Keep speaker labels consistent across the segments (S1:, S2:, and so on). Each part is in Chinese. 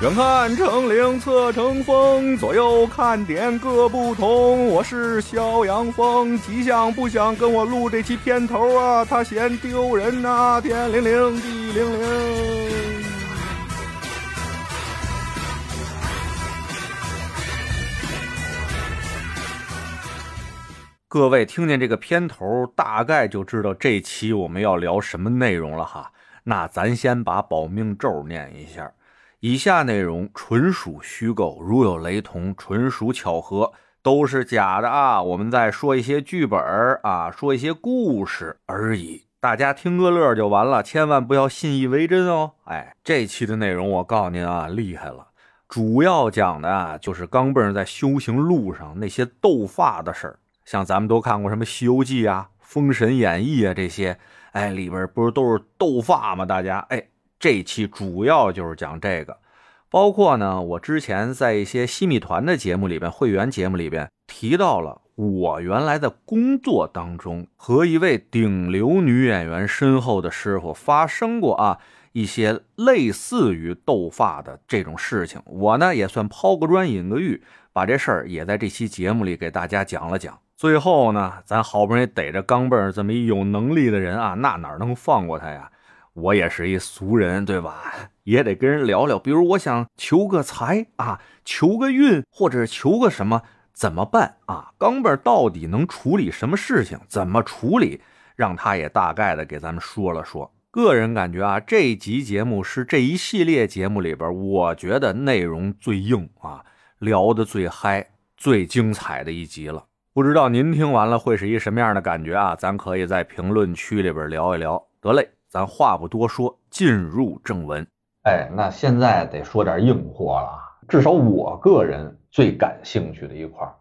S1: 远看成岭侧成峰，左右看点各不同。我是肖阳峰，吉祥不想跟我录这期片头啊，他嫌丢人呐、天灵灵地灵灵。各位听见这个片头，大概就知道这期我们要聊什么内容了哈。那咱先把保命咒念一下。以下内容纯属虚构，如有雷同，纯属巧合，都是假的啊！我们再说一些剧本儿啊，说一些故事而已，大家听个乐儿就完了，千万不要信以为真哦！哎，这期的内容我告诉您啊，厉害了，主要讲的啊就是钢镚儿在修行路上那些斗法的事儿，像咱们都看过什么《西游记》啊、《封神演义》啊这些，哎，里边不是都是斗法吗？大家哎。这期主要就是讲这个，包括呢，我之前在一些西米团的节目里边、会员节目里边提到了，我原来的工作当中和一位顶流女演员身后的师傅发生过啊一些类似于斗发的这种事情。我呢也算抛个砖引个玉，把这事儿也在这期节目里给大家讲了讲。最后呢，咱好不容易逮着钢镚儿这么一有能力的人啊，那哪能放过他呀？我也是一俗人，对吧？也得跟人聊聊。比如我想求个财啊，求个运，或者求个什么，怎么办啊？钢镚儿到底能处理什么事情？怎么处理？让他也大概的给咱们说了说。个人感觉啊，这一集节目是这一系列节目里边，我觉得内容最硬啊，聊的最嗨、最精彩的一集了。不知道您听完了会是一什么样的感觉啊？咱可以在评论区里边聊一聊。得嘞，咱话不多说，进入正文。哎，那现在得说点硬货了啊，至少我个人最感兴趣的一块儿，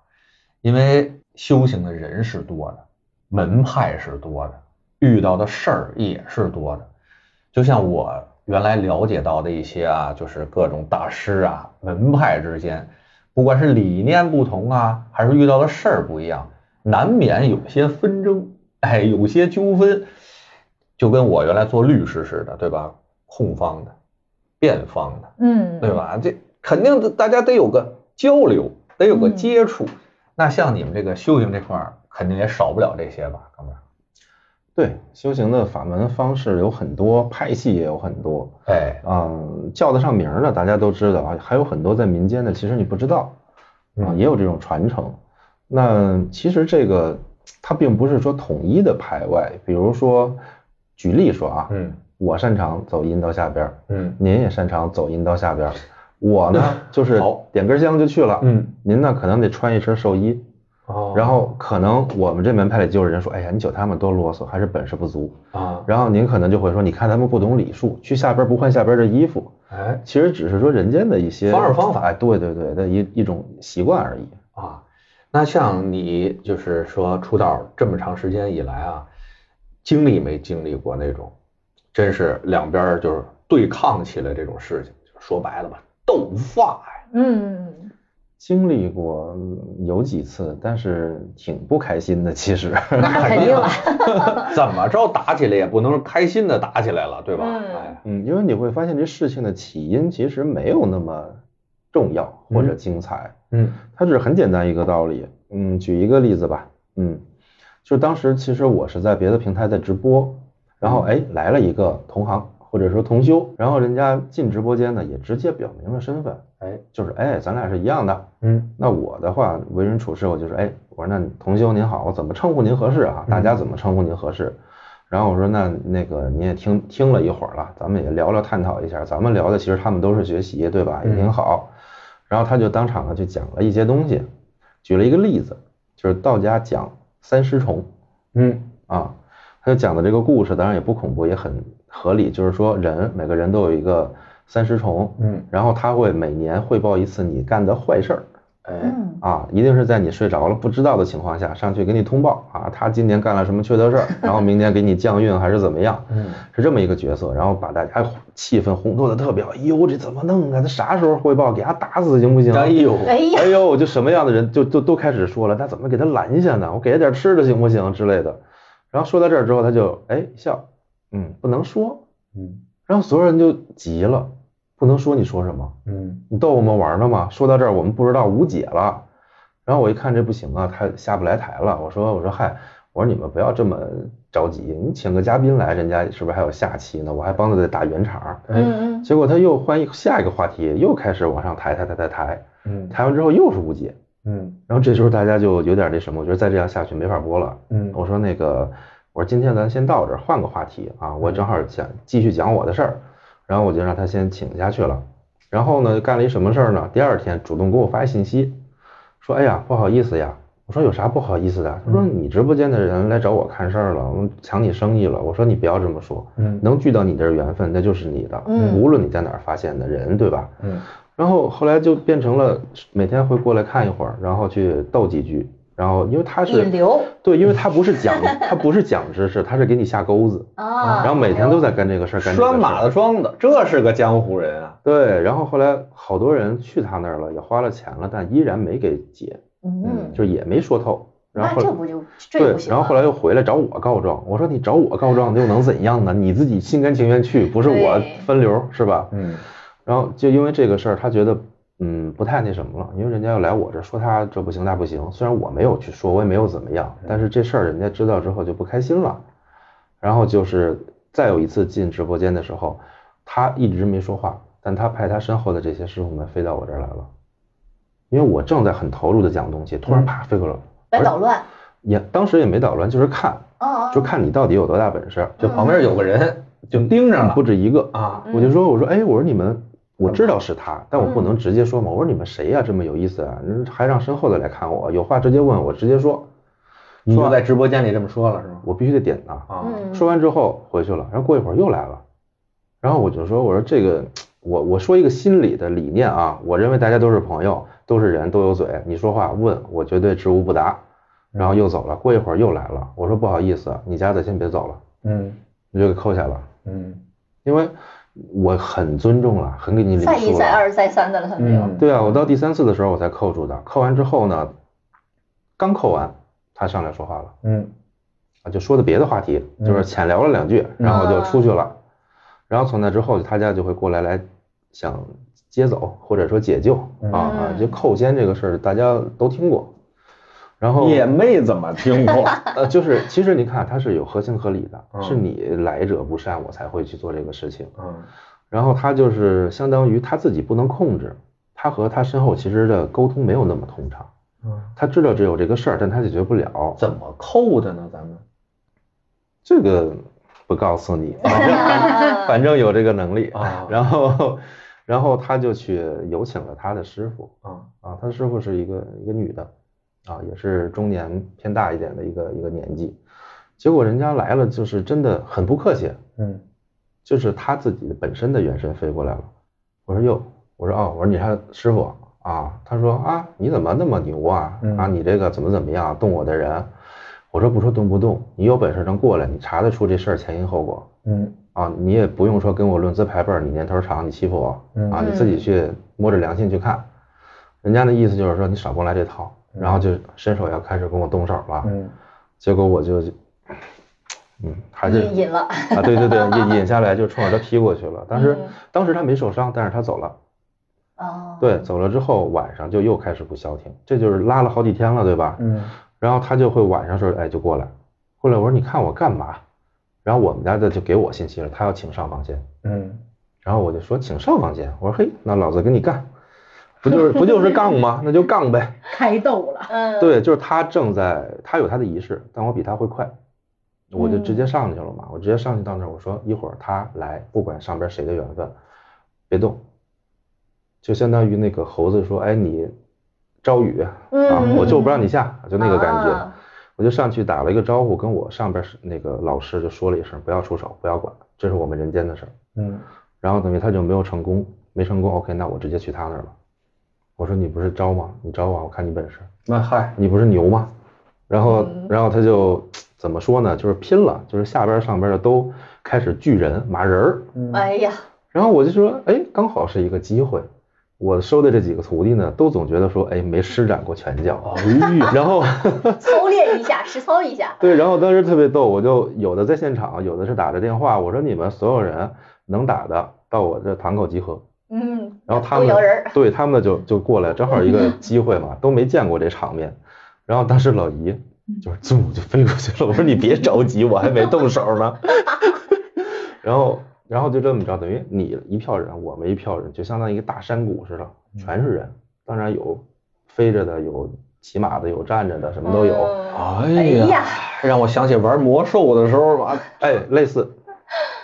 S1: 因为修行的人是多的，门派是多的，遇到的事儿也是多的。就像我原来了解到的一些啊，就是各种大师啊，门派之间，不管是理念不同啊，还是遇到的事儿不一样，难免有些纷争，哎，有些纠纷，就跟我原来做律师似的，对吧？控方的、辩方的，
S2: 嗯，
S1: 对？吧？这肯定得大家得有个交流，得有个接触。那像你们这个修行这块儿，肯定也少不了这些吧，哥们儿？
S3: 对，修行的法门方式有很多，派系也有很多。
S1: 哎，
S3: 嗯，叫得上名儿的大家都知道啊，还有很多在民间的，其实你不知道
S1: 嗯
S3: 啊，也有这种传承。那其实这个它并不是说统一的排外，比如说举例说啊，
S1: 嗯
S3: 我擅长走阴道下边儿，
S1: 嗯
S3: 您也擅长走阴道下边儿，我呢就是
S1: 好
S3: 点根香就去了，
S1: 嗯，
S3: 您呢可能得穿一身寿衣，
S1: 哦
S3: 然后可能我们这门派里就有人说，哎呀，你瞅他们多啰嗦，还是本事不足。
S1: 啊，
S3: 然后您可能就会说，你看他们不懂礼数，去下边不换下边的衣服，
S1: 哎
S3: 其实只是说人间的一些
S1: 方式方法
S3: 哎，对对对的一一种习惯而已。
S1: 啊，那像你就是说出道这么长时间以来啊，经历没经历过那种，真是两边儿就是对抗起来这种事情，就说白了吧，斗法 呀，
S2: 嗯，
S3: 经历过嗯有几次，但是挺不开心的。其 实，
S2: 那肯定啊了，
S1: 啊怎么着打起来也不能是开心的打起来了，对吧？
S2: 嗯
S1: 哎，
S3: 嗯，因为你会发现这事情的起因其实没有那么重要或者精彩，
S1: 嗯
S3: 它只是很简单一个道理。嗯，举一个例子吧，嗯，就当时其实我是在别的平台在直播，然后哎来了一个同行或者说同修，然后人家进直播间呢也直接表明了身份，
S4: 嗯
S1: 哎，
S3: 就是哎咱俩是一样的。
S1: 嗯
S3: 那我的话为人处事我就是哎我说那同修您好，我怎么称呼您合适啊？
S1: 嗯
S3: 大家怎么称呼您合适？然后我说那那个你也听听了一会儿了，咱们也聊聊探讨一下，咱们聊的其实他们都是学习对吧？也挺好。然后他就当场呢就讲了一些东西，举了一个例子，就是道家讲三尸虫。
S1: 嗯
S3: 啊，他就讲的这个故事，当然也不恐怖，也很合理。就是说人，每个人都有一个三尸虫，
S1: 嗯，
S3: 然后他会每年汇报一次你干的坏事儿
S1: 哎，
S2: 嗯，
S3: 啊，一定是在你睡着了不知道的情况下上去给你通报啊，他今年干了什么缺德事儿，然后明年给你降运还是怎么样，
S1: 嗯
S3: 是这么一个角色，然后把大家哎气氛烘托的特别好。哎呦，这怎么弄啊？他啥时候汇报？给他打死行不行啊？
S1: 哎呦，
S2: 哎呀，
S3: 哎呦，就什么样的人就就都开始说了，那怎么给他拦下呢？我给他点吃的行不行之类的。然后说到这儿之后，他就哎一笑，嗯，不能说。
S1: 嗯
S3: 然后所有人就急了，不能说你说什么，
S4: 嗯
S3: 你逗我们玩呢吗？说到这儿，我们不知道无解了。然后我一看这不行啊，他下不来台了。我说我说嗨，我说你们不要这么着急，你请个嘉宾来，人家是不是还有下期呢？我还帮他再打圆场。
S4: 哎
S5: 嗯
S3: 结果他又换一下一个话题，又开始往上抬抬抬抬抬，
S4: 嗯
S3: 抬完之后又是无解。
S4: 嗯
S3: 然后这时候大家就有点那什么，我觉得再这样下去没法播了。
S4: 嗯
S3: 我说那个，我说今天咱先到这儿，换个话题啊，我
S5: 嗯
S3: 正好想继续讲我的事儿，然后我就让他先请下去了。然后呢，干了一什么事儿呢？第二天主动给我发信息，说哎呀不好意思呀。我说有啥不好意思的？他说
S5: 嗯
S3: 你直播间的人来找我看事儿了，我抢你生意了。我说你不要这么说，
S4: 嗯
S3: 能聚到你这儿缘分那就是你的，
S5: 嗯
S3: 无论你在哪儿发现的人，对吧？
S4: 嗯
S3: 然后后来就变成了每天会过来看一会儿，然后去逗几句，然后因为他
S5: 嗯，
S3: 是
S5: 引流
S3: 对，因为他不是讲 他不是讲知识，他是给你下钩子，
S5: 啊，
S3: 然后每天都在干这个事儿，干这个
S4: 拴
S3: 事
S4: 马
S3: 儿。
S4: 的桩子，这是个江湖人啊。
S3: 对，然后后来好多人去他那儿了，也花了钱了，但依然没给解，
S5: 嗯，
S3: 就也没说透。然后后
S5: 那这
S3: 来
S5: 不就这
S3: 对
S5: 不，行啊
S3: 然后后来又回来找我告状，我说你找我告状又能怎样呢？你自己心甘情愿去，不是我
S5: 对
S3: 分流是吧？
S4: 嗯
S3: 然后就因为这个事儿，他觉得嗯不太那什么了，因为人家要来我这儿说他这不行那不行，虽然我没有去说，我也没有怎么样，但是这事儿人家知道之后就不开心了。然后就是再有一次进直播间的时候，他一直没说话，但他派他身后的这些师傅们飞到我这儿来了，因为我正在很投入的讲东西，突然啪飞过来了，
S5: 别捣乱，
S3: 也当时也没捣乱，就是看，
S5: 哦
S3: 就看你到底有多大本事，
S1: 就旁边有个人就盯上了
S3: 不止一个
S1: 啊，
S5: 嗯
S3: 我就说，我说，哎，我说你们，我知道是他，但我不能直接说嘛。我说你们谁呀、这么有意思啊？你还让身后的来看我，有话直接问我，直接说。
S1: 你
S3: 说
S1: 就在直播间里这么说了是吗？
S3: 我必须得点他。
S1: 啊，
S5: 嗯，
S3: 说完之后回去了，然后过一会儿又来了，然后我就说，我说这个，我我说一个心理的理念啊，我认为大家都是朋友，都是人，都有嘴，你说话问我绝对知无不答。然后又走了，过一会儿又来了，我说不好意思，啊你家的先别走了，
S4: 嗯
S3: 我就给扣下了，
S4: 嗯
S3: 因为我很尊重了，很给你礼数了。啊
S5: 再一再二再三的了，他没有，
S4: 嗯
S3: 对啊，我到第三次的时候我才扣住的，扣完之后呢，刚扣完，他上来说话了
S4: 嗯
S3: 啊，就说的别的话题，
S1: 嗯
S3: 就是浅聊了两句，然后就出去了。然后从那之后，他家就会过来来想接走或者说解救
S1: 嗯
S3: 啊啊，就扣肩这个事儿大家都听过。然后
S1: 也没怎么听过，
S3: 呃，就是其实你看，它是有合情合理的，
S1: 嗯
S3: 是你来者不善，我才会去做这个事情。
S1: 嗯
S3: 然后他就是相当于他自己不能控制，他和他身后其实的沟通没有那么通畅。
S1: 嗯，
S3: 他知道这有这个事儿，但他解决不了，
S1: 怎么扣的呢？咱们
S3: 这个不告诉你，反 正
S5: 啊
S3: 反正有这个能力。
S1: 啊
S3: 然后，然后他就去有请了他的师傅
S1: 啊
S3: 啊，他师傅是一个一个女的啊，也是中年偏大一点的一个一个年纪。结果人家来了，就是真的很不客气，
S4: 嗯
S3: 就是他自己本身的原神飞过来了。我说哟，我说哦，我说你看师傅啊，他说啊，你怎么那么牛啊？啊，你这个怎么怎么样动我的人？我说不说动不动，你有本事能过来，你查得出这事儿前因后果
S4: 嗯
S3: 啊，你也不用说跟我论资排辈儿，你年头长，你欺负我啊，你自己去摸着良心去看。人家的意思就是说你少跟我来这套，然后就伸手要开始跟我动手了，
S4: 嗯
S3: 结果我就，嗯，还是
S5: 引引了，
S3: 啊，对对对，引引下来就冲着他踢过去了。当时
S5: 嗯
S3: 当时他没受伤，但是他走了。
S5: 哦，
S3: 对，走了之后晚上就又开始不消停，这就是拉了好几天了，对吧？
S4: 嗯
S3: 然后他就会晚上时候，哎，就过来，过来我说你看我干嘛？然后我们家的就给我信息了，他要请上房间，
S4: 嗯
S3: 然后我就说请上房间，我说嘿，那老子跟你干，不就是不就是杠吗？那就杠呗。
S2: 开斗了，
S5: 嗯，
S3: 对，就是他正在，他有他的仪式，但我比他会快，我就
S5: 嗯
S3: 直接上去了嘛。我直接上去到那儿，我说一会儿他来，不管上边谁的缘分，别动，就相当于那个猴子说，哎，你招雨啊，
S5: 嗯
S3: 我就不让你下，就那个感觉。
S5: 啊
S3: 我就上去打了一个招呼，跟我上边是那个老师就说了一声，不要出手，不要管，这是我们人间的事儿。
S4: 嗯
S3: 然后等于他就没有成功，没成功，OK，那我直接去他那儿了。我说你不是招吗？你招啊，我看你本事。
S1: 那嗨，
S3: 你不是牛吗？然后，然后他就怎么说呢？就是拼了，就是下边儿上边儿的都开始聚人马人儿。
S1: 嗯
S5: 哎呀，
S3: 然后我就说，哎，刚好是一个机会。我收的这几个徒弟呢，都总觉得说，哎，没施展过拳脚。 然后，
S5: 操练一下，实操一下，
S3: 对，然后当时特别逗，我就有的在现场，有的是打着电话，我说你们所有人能打的到我这堂口集合，
S5: 嗯，
S3: 然后他
S5: 都
S3: 们
S5: 有人儿
S3: 对他们就就过来，正好一 个机会嘛，都没见过这场面。然后当时老姨就是噌我就飞过去了，我说你别着急，我还没动手呢。 然后然后就这么着，等于你一票人，我们一票人，就相当于一个大山谷似的，全是人。当然有飞着的，有骑马的，有站着的，什么都有。
S5: 嗯
S1: 哎
S5: 哎呀
S1: 呀，让我想起玩魔兽的时候啊，
S3: 哎，类似，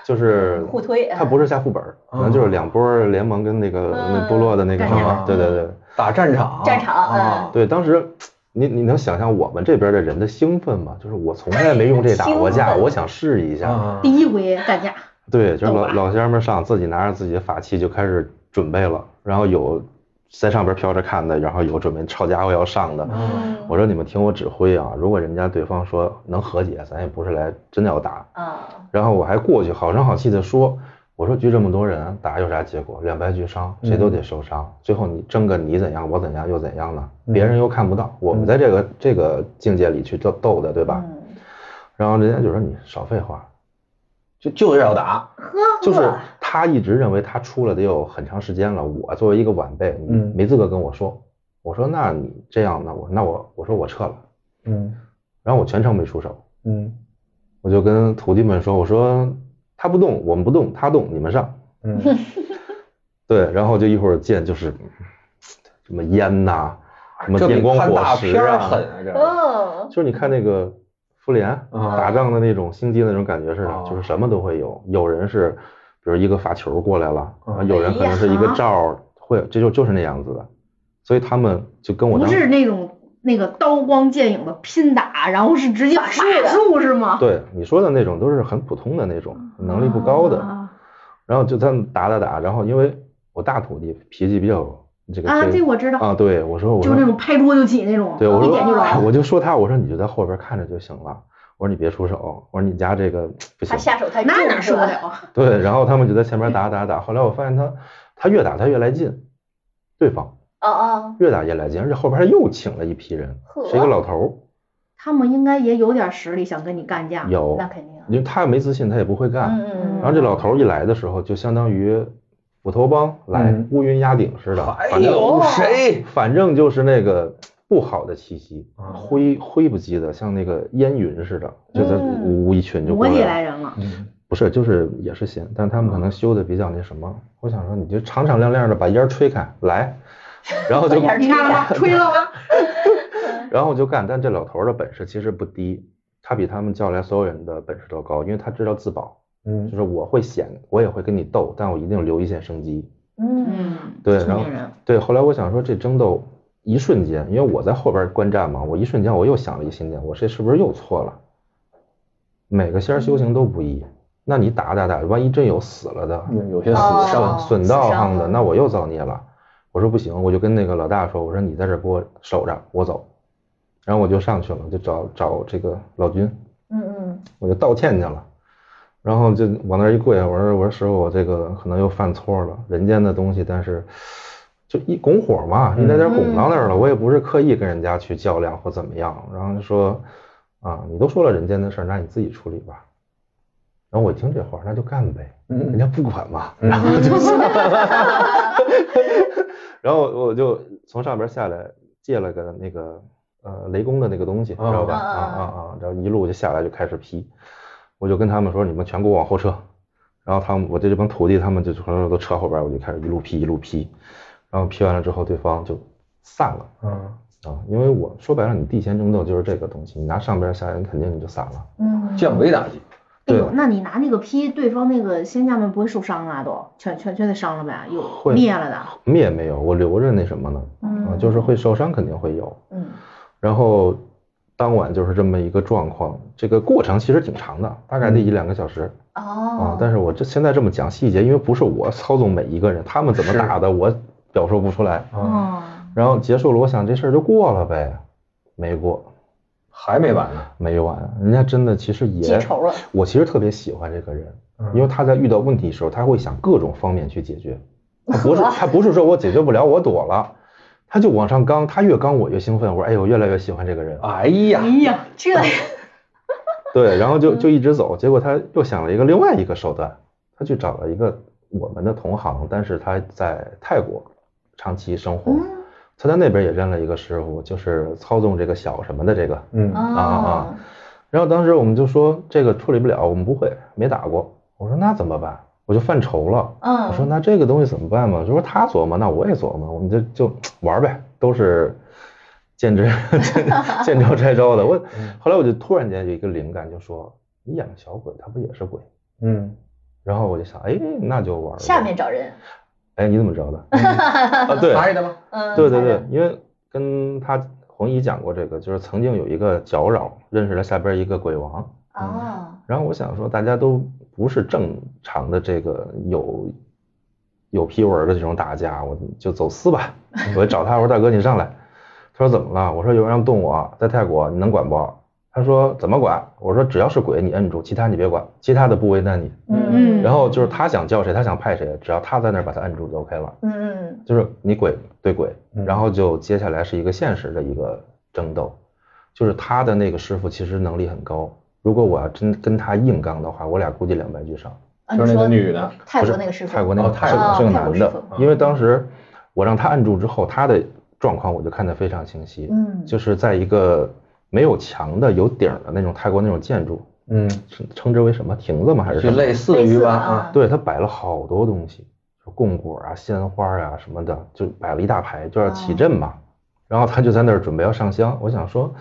S3: 就是
S5: 互推啊
S3: 它不是下副本儿，可能就是两波联盟跟那个那部落的那个
S5: 嗯
S3: 什么，对对对。
S1: 打战场，
S5: 战场嗯
S1: 啊，
S3: 对，当时你你能想象我们这边的人的兴奋吗？就是我从来没用这打过
S5: 兴
S3: 架，
S5: 奋
S3: 我想试一下。
S1: 啊
S2: 第一回干架，
S3: 对，就是
S5: 懂
S3: 老
S5: 吧
S3: 老乡们上，自己拿着自己的法器就开始准备了，然后有在上边飘着看的，然后有准备抄家伙要上的。
S5: 嗯
S3: 我说你们听我指挥啊，如果人家对方说能和解，咱也不是来真的要打。
S5: 啊，
S3: 然后我还过去好声好气的说，我说聚这么多人打有啥结果？两败俱伤，谁都得受伤。最后你争个你怎样我怎样又怎样呢？别人又看不到，我们在这个、这个境界里去斗斗的，对吧？
S5: 嗯
S3: 然后人家就说你少废话，
S1: 就就是要打，
S3: 就是他一直认为他出了得有很长时间了，我作为一个晚辈，你
S1: 嗯
S3: 没资格跟我说。我说那你这样呢？我那我我说我撤了，
S1: 嗯
S3: 然后我全程没出手，
S1: 嗯
S3: 我就跟徒弟们说，我说他不动，我们不动，他动你们上。
S1: 嗯，
S3: 对，然后就一会儿见就是什么烟呐、什么
S1: 哎这
S3: 电
S1: 比
S3: 光
S1: 看
S3: 火
S1: 大
S3: 石
S1: 片儿
S3: 啊，
S1: 狠啊，这个
S5: 哦，
S3: 就是你看那个复联
S1: 啊
S3: 打仗的那种星际那种感觉似的，就是
S1: 哦
S3: 什么都会有。有人是比如一个罚球过来了，
S1: 嗯
S3: 啊有人可能是一
S2: 哎
S3: 个罩儿，会这就就是那样子的。所以他们就跟我
S2: 不
S3: 当
S2: 是那种那个刀光剑影的拼打，然后是直接法
S5: 术的
S2: 术是吗？
S3: 对你说的那种都是很普通的那种，能力不高的。
S2: 啊
S3: 然后就他们打打打，然后因为我大徒弟脾气比较这个
S2: 啊，
S3: 这
S2: 这我知道，
S3: 啊，对我说我
S2: 就是
S3: 说
S2: 那种拍桌就起那种，
S3: 对，我
S2: 一
S3: 说
S2: 点就
S3: 哎
S2: 着。
S3: 我就说他，我说你就在后边看着就行了，我说你别出手，我说你家这个不
S5: 他
S3: 行。
S5: 下手太重，
S2: 那哪
S5: 是
S2: 受
S5: 吧
S2: 得了？啊！
S3: 对，然后他们就在前面打打打，后来我发现他他越打他越来劲，对方
S5: 哦哦，
S3: 越打越来劲，而且后边他又请了一批人，
S5: 呵
S3: 是一个老头
S2: 他们应该也有点实力，想跟你干架
S3: 儿，。有
S5: 那，肯定啊，
S3: 因为他没自信，他也不会干。
S5: 嗯嗯
S3: 然后这老头儿一来的时候，就相当于斧头帮来
S1: 嗯
S3: 乌云压顶似的，
S1: 还
S3: 反正
S1: 有谁？
S3: 反正就是那个不好的气息，
S1: 啊
S3: 灰灰不羁的，像那个烟云似的，就在
S5: 嗯
S3: 呜一群就过
S2: 摩羯
S3: 来
S2: 来
S3: 了。
S2: 人了，
S1: 嗯
S3: 不是，就是也是闲，但他们可能修的比较那什么。我想说，你就敞敞亮亮的把烟儿吹开来，然后就
S5: 把烟儿
S2: 你看了 吗？吹了吗？
S3: 然后就干。但这老头儿的本事其实不低，他比他们叫来所有人的本事都高，因为他知道自保，就
S1: 嗯，
S3: 是我会显，我也会跟你斗，但我一定留一线生机。
S5: 嗯
S2: 嗯，
S3: 对
S2: 聪
S3: 然后
S2: 明人，
S3: 对，后来我想说这争斗一瞬间，因为我在后边观战嘛，我一瞬间我又想了一心念，我这是不是又错了？每个仙儿修行都不易，那你打打打，万一真有死了的，
S1: 有些死
S5: 哦
S1: 伤，
S3: 损损
S5: 死
S3: 道
S5: 伤
S3: 行的，
S5: 了
S3: 那我又造孽了。我说不行，我就跟那个老大说，我说你在这儿给我守着，我走。然后我就上去了，就找找这个老君，
S5: 嗯嗯，
S3: 我就道歉去了。然后就往那儿一跪，我说我说师傅，我这个可能又犯错了，人间的东西，但是就一拱火嘛，一点点拱到那儿了，我也不是刻意跟人家去较量或怎么样。然后就说啊，你都说了人间的事儿，那你自己处理吧。然后我一听这话，那就干呗，人
S1: 嗯
S3: 家不管嘛。
S1: 嗯
S2: 然后就是
S3: 然后我就从上边下来借了个那个呃雷公的那个东西，知
S1: 啊
S3: 道吧？
S5: 啊
S3: 啊
S5: 啊
S3: 啊啊！然后一路就下来就开始劈，我就跟他们说你们全给我往后撤。然后他们我这这帮徒弟他们就全都撤后边，我就开始一路劈一路劈。然后劈完了之后，对方就散了
S1: 嗯，
S3: 啊，因为我说白了，你地仙争斗就是这个东西，你拿上边下来，你肯定你就散了。
S5: 嗯，
S1: 降维打击，
S2: 哎
S3: 对
S2: 呦，那你拿那个劈对方那个仙家们不会受伤啊？都全全全得伤了呗，有
S3: 会
S2: 灭了的。
S3: 灭没有，我留着那什么呢？啊，
S5: 嗯
S3: 就是会受伤，肯定会有。
S5: 嗯
S3: 然后当晚就是这么一个状况，这个过程其实挺长的，大概得一两个小时、啊
S5: 嗯哦。，
S3: 但是我这现在这么讲细节，因为不是我操纵每一个人，他们怎么
S1: 是
S3: 打的，我表述不出
S5: 嗯
S3: 来。
S1: 啊，
S2: 哦，
S3: 然后结束了，我想这事儿就过了呗，没过，
S1: 还没完呢，
S3: 没完。人家真的其实
S5: 记
S3: 也，
S5: 仇了，
S3: 我其实特别喜欢这个人，
S1: 嗯
S3: 因为他在遇到问题的时候，他会想各种方面去解决。他 不是
S5: 呵
S3: 他不是说我解决不了，我躲了，他就往上刚，他越刚我越兴奋，我说哎呦，我越来越喜欢这个人。
S1: 哎呀
S2: 哎，呀，
S5: 这
S3: 对，然后就就一直走，结果他又想了一个另外一个手段，他去找了一个我们的同行，但是他在泰国长期生活，
S2: 嗯
S3: 他在那边也认了一个师傅，就是操纵这个小什么的这个。
S1: 嗯
S2: 啊
S3: 啊然后当时我们就说这个处理不了，我们不会，没打过。我说那怎么办？我就犯愁了。
S2: 嗯，
S3: 我说那这个东西怎么办嘛？就说他琢磨，那我也琢磨，我们就就玩呗，都是见招见 见招拆招的。我
S1: 嗯
S3: 后来我就突然间有一个灵感，就说你演个小鬼，他不也是鬼？
S1: 嗯，
S3: 然后我就想，哎，那就玩儿呗。
S2: 下面找人，
S3: 哎，你怎么知道的？啊，对
S1: 猜的吗？
S2: 嗯，
S3: 对对
S2: 他
S3: 对
S2: 的，
S3: 因为跟他红姨讲过这个，就是曾经有一个搅扰，认识了下边一个鬼王，
S2: 啊，
S3: 然后我想说，大家都不是正常的这个有有批文的这种打架，我就走私吧。我就找他，我说大哥你上来。他说怎么了？我说有人要动我，在泰国你能管不？他说怎么管？我说只要是鬼你摁住，其他你别管，其他的不为难你。
S2: 嗯
S3: 然后就是他想叫谁，他想派谁，只要他在那儿把他摁住就 OK 了。
S2: 嗯
S3: 就是你鬼对鬼，
S1: 嗯
S3: 然后就接下来是一个现实的一个争斗，就是他的那个师傅其实能力很高，如果我要真跟他硬刚的话，我俩估计两败俱伤。
S2: 嗯，
S1: 就是那个女
S2: 的，
S1: 的，
S2: 泰
S3: 不
S2: 国
S3: 是
S2: 那个师傅，
S3: 泰国那
S1: 哦
S3: 个
S1: 泰
S3: 是
S2: 国
S3: 个是个
S2: 哦泰国
S3: 男
S2: 师
S3: 的
S2: 傅，
S3: 因为当时我让他按住之后，他的状况我就看得非常清晰，
S2: 嗯，
S3: 就是在一个没有墙的、有顶儿的那种泰国那种建筑，
S1: 嗯，
S3: 称称之为什么亭子吗？还是
S1: 就
S3: 什么？
S1: 类似于吧啊，
S3: 对他摆了好多东西，就供果啊、鲜花啊什么的，就摆了一大排，就要起阵嘛。
S2: 哦
S3: 然后他就在那儿准备要上香，我想说，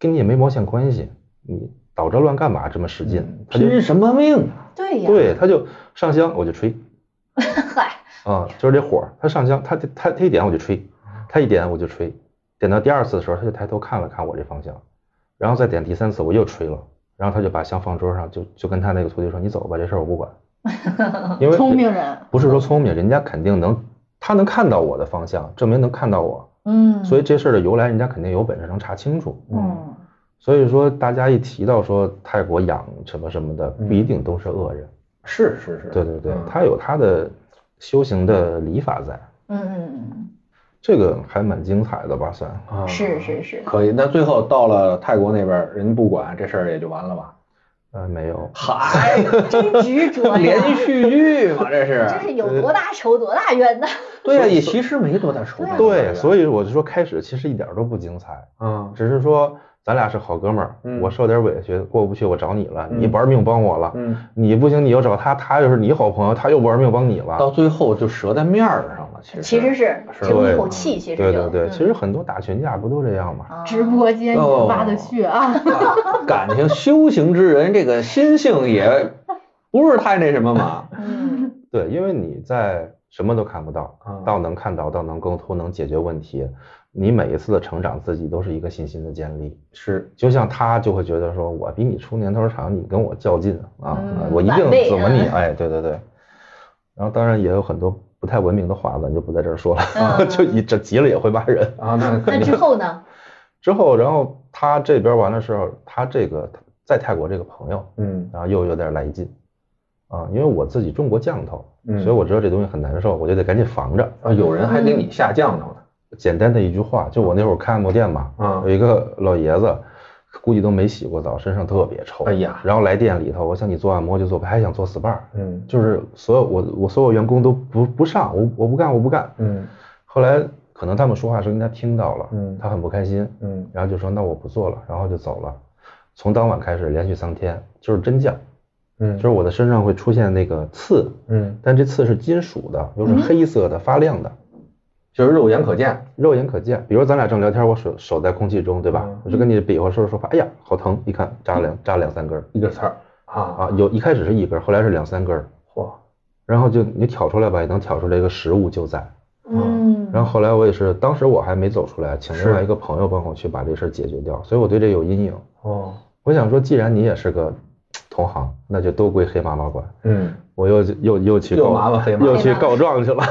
S3: 跟你也没毛线关系，你捣这乱干嘛这么使劲？
S2: 嗯
S3: 他就
S1: 嗯拼什么命啊？
S2: 对呀，
S3: 对，他就上香我就吹
S2: 嗨，
S3: 啊、就是这火儿，他上香，他他他一点我就吹，他一点我就吹，点到第二次的时候，他就抬头看了看我这方向，然后再点第三次我又吹了。然后他就把香放桌上，就就跟他那个徒弟说：“你走吧，这事儿 我不管。”因为
S2: 聪明人，
S3: 不是说聪明，人家肯定能，他能看到我的方向，证明能看到我，
S2: 嗯，
S3: 所
S2: 以
S3: 以这事儿的由来，人家肯定有本事能查清楚。
S2: 嗯
S3: 所以说，大家一提到说泰国养什么什么的，
S1: 嗯
S3: 不一定都是恶人。
S1: 是是是，
S3: 对对对
S1: 嗯，
S3: 他有他的修行的礼法在，
S2: 嗯
S3: 这个还蛮精彩的吧？算
S1: 啊
S2: 嗯，是是 是，
S1: 可以。那最后到了泰国那边儿，人不管这事儿也就完了吧？
S3: 呃没有，
S1: 嗨，
S2: 真执着呀
S1: 连续剧嘛，这是
S2: 真是有多大仇多大怨呐，
S1: 对呀，也其实没多大仇。
S3: 对，所
S1: 以
S3: 以我就说开始其实一点都不精彩，
S1: 啊，
S3: 只是说咱俩是好哥们儿，
S1: 嗯
S3: 我受点委屈过不去，我找你了，
S1: 嗯
S3: 你玩命帮我了，
S1: 嗯，
S3: 你不行你又找他，他又是你好朋友，他又玩命帮你了，
S1: 到最后就折在面儿上了，其实
S2: 其实是
S1: 是
S2: 就一
S3: 对
S2: 口气，其实
S3: 对
S2: 就
S3: 对对，
S2: 嗯
S3: 其实很多打群架不都这样吗？
S2: 啊
S5: 直播间引发的血啊，
S1: 啊感情修行之人这个心性也不是太那什么嘛。
S2: 嗯
S3: 对，因为你在什么都看不到
S1: 嗯，
S3: 到能看到，到能沟通，能解决问题，你每一次的成长，自己都是一个信心的建立。
S1: 是，
S3: 就像他就会觉得说，我比你出年头长，你跟我较劲啊，
S2: 嗯
S3: 我一
S2: 晚
S3: 定
S2: 辈
S3: 怎么你，
S2: 嗯
S3: 哎，对对对。然后当然也有很多不太文明的话，咱就不在这儿说了，
S2: 嗯
S3: 就一这急了也会骂人。
S1: 啊，那
S2: 那
S1: 肯定
S2: 之后呢？
S3: 之后，然后他这边完的时候，他这个在泰国这个朋友，
S1: 嗯
S3: 然后又有点来劲，啊，因为我自己中过降头，
S1: 嗯
S3: 所以我知道这东西很难受，我就得赶紧防着。
S1: 啊，有人还给
S2: 嗯
S1: 你下降头呢。
S3: 简单的一句话，就我那会儿开按摩店嘛，
S1: 嗯
S3: 有一个老爷子，估计都没洗过澡，身上特别臭，
S1: 哎呀
S3: 然后来店里头，我想你做按摩就做吧，还想做 SPA，
S1: 嗯
S3: 就是所有我我所有员工都不不上，我我不干我不干。
S1: 嗯
S3: 后来可能他们说话声音他听到了，
S1: 嗯
S3: 他很不开心，
S1: 嗯
S3: 然后就说那我不做了，然后就走了。从当晚开始，连续三天就是真降，
S1: 嗯
S3: 就是我的身上会出现那个刺，
S1: 嗯，
S3: 但这刺是金属的，又是黑色的、发亮的，
S1: 就是肉眼可见。
S3: 肉眼可见。比如咱俩正聊天，我手手在空气中，对吧？
S1: 嗯
S3: 我就跟你比划说着说话，哎呀，好疼！一看扎了两扎了两三根儿
S1: 一个刺儿啊
S3: 啊，有一开始是一根儿，后来是两三根儿，
S1: 嚯，
S3: 然后就你挑出来吧，也能挑出来一个食物就在。
S2: 嗯，
S3: 然后后来我也是，当时我还没走出来，请
S1: 是
S3: 另外一个朋友帮我去把这事儿解决掉，所以我对这有阴影。
S1: 哦，
S3: 我想说，既然你也是个同行，那就都归黑妈妈管。
S1: 嗯，
S3: 我又又又去
S1: 又
S3: 告
S1: 麻烦黑妈
S3: 又
S1: 妈
S3: 去告状去了。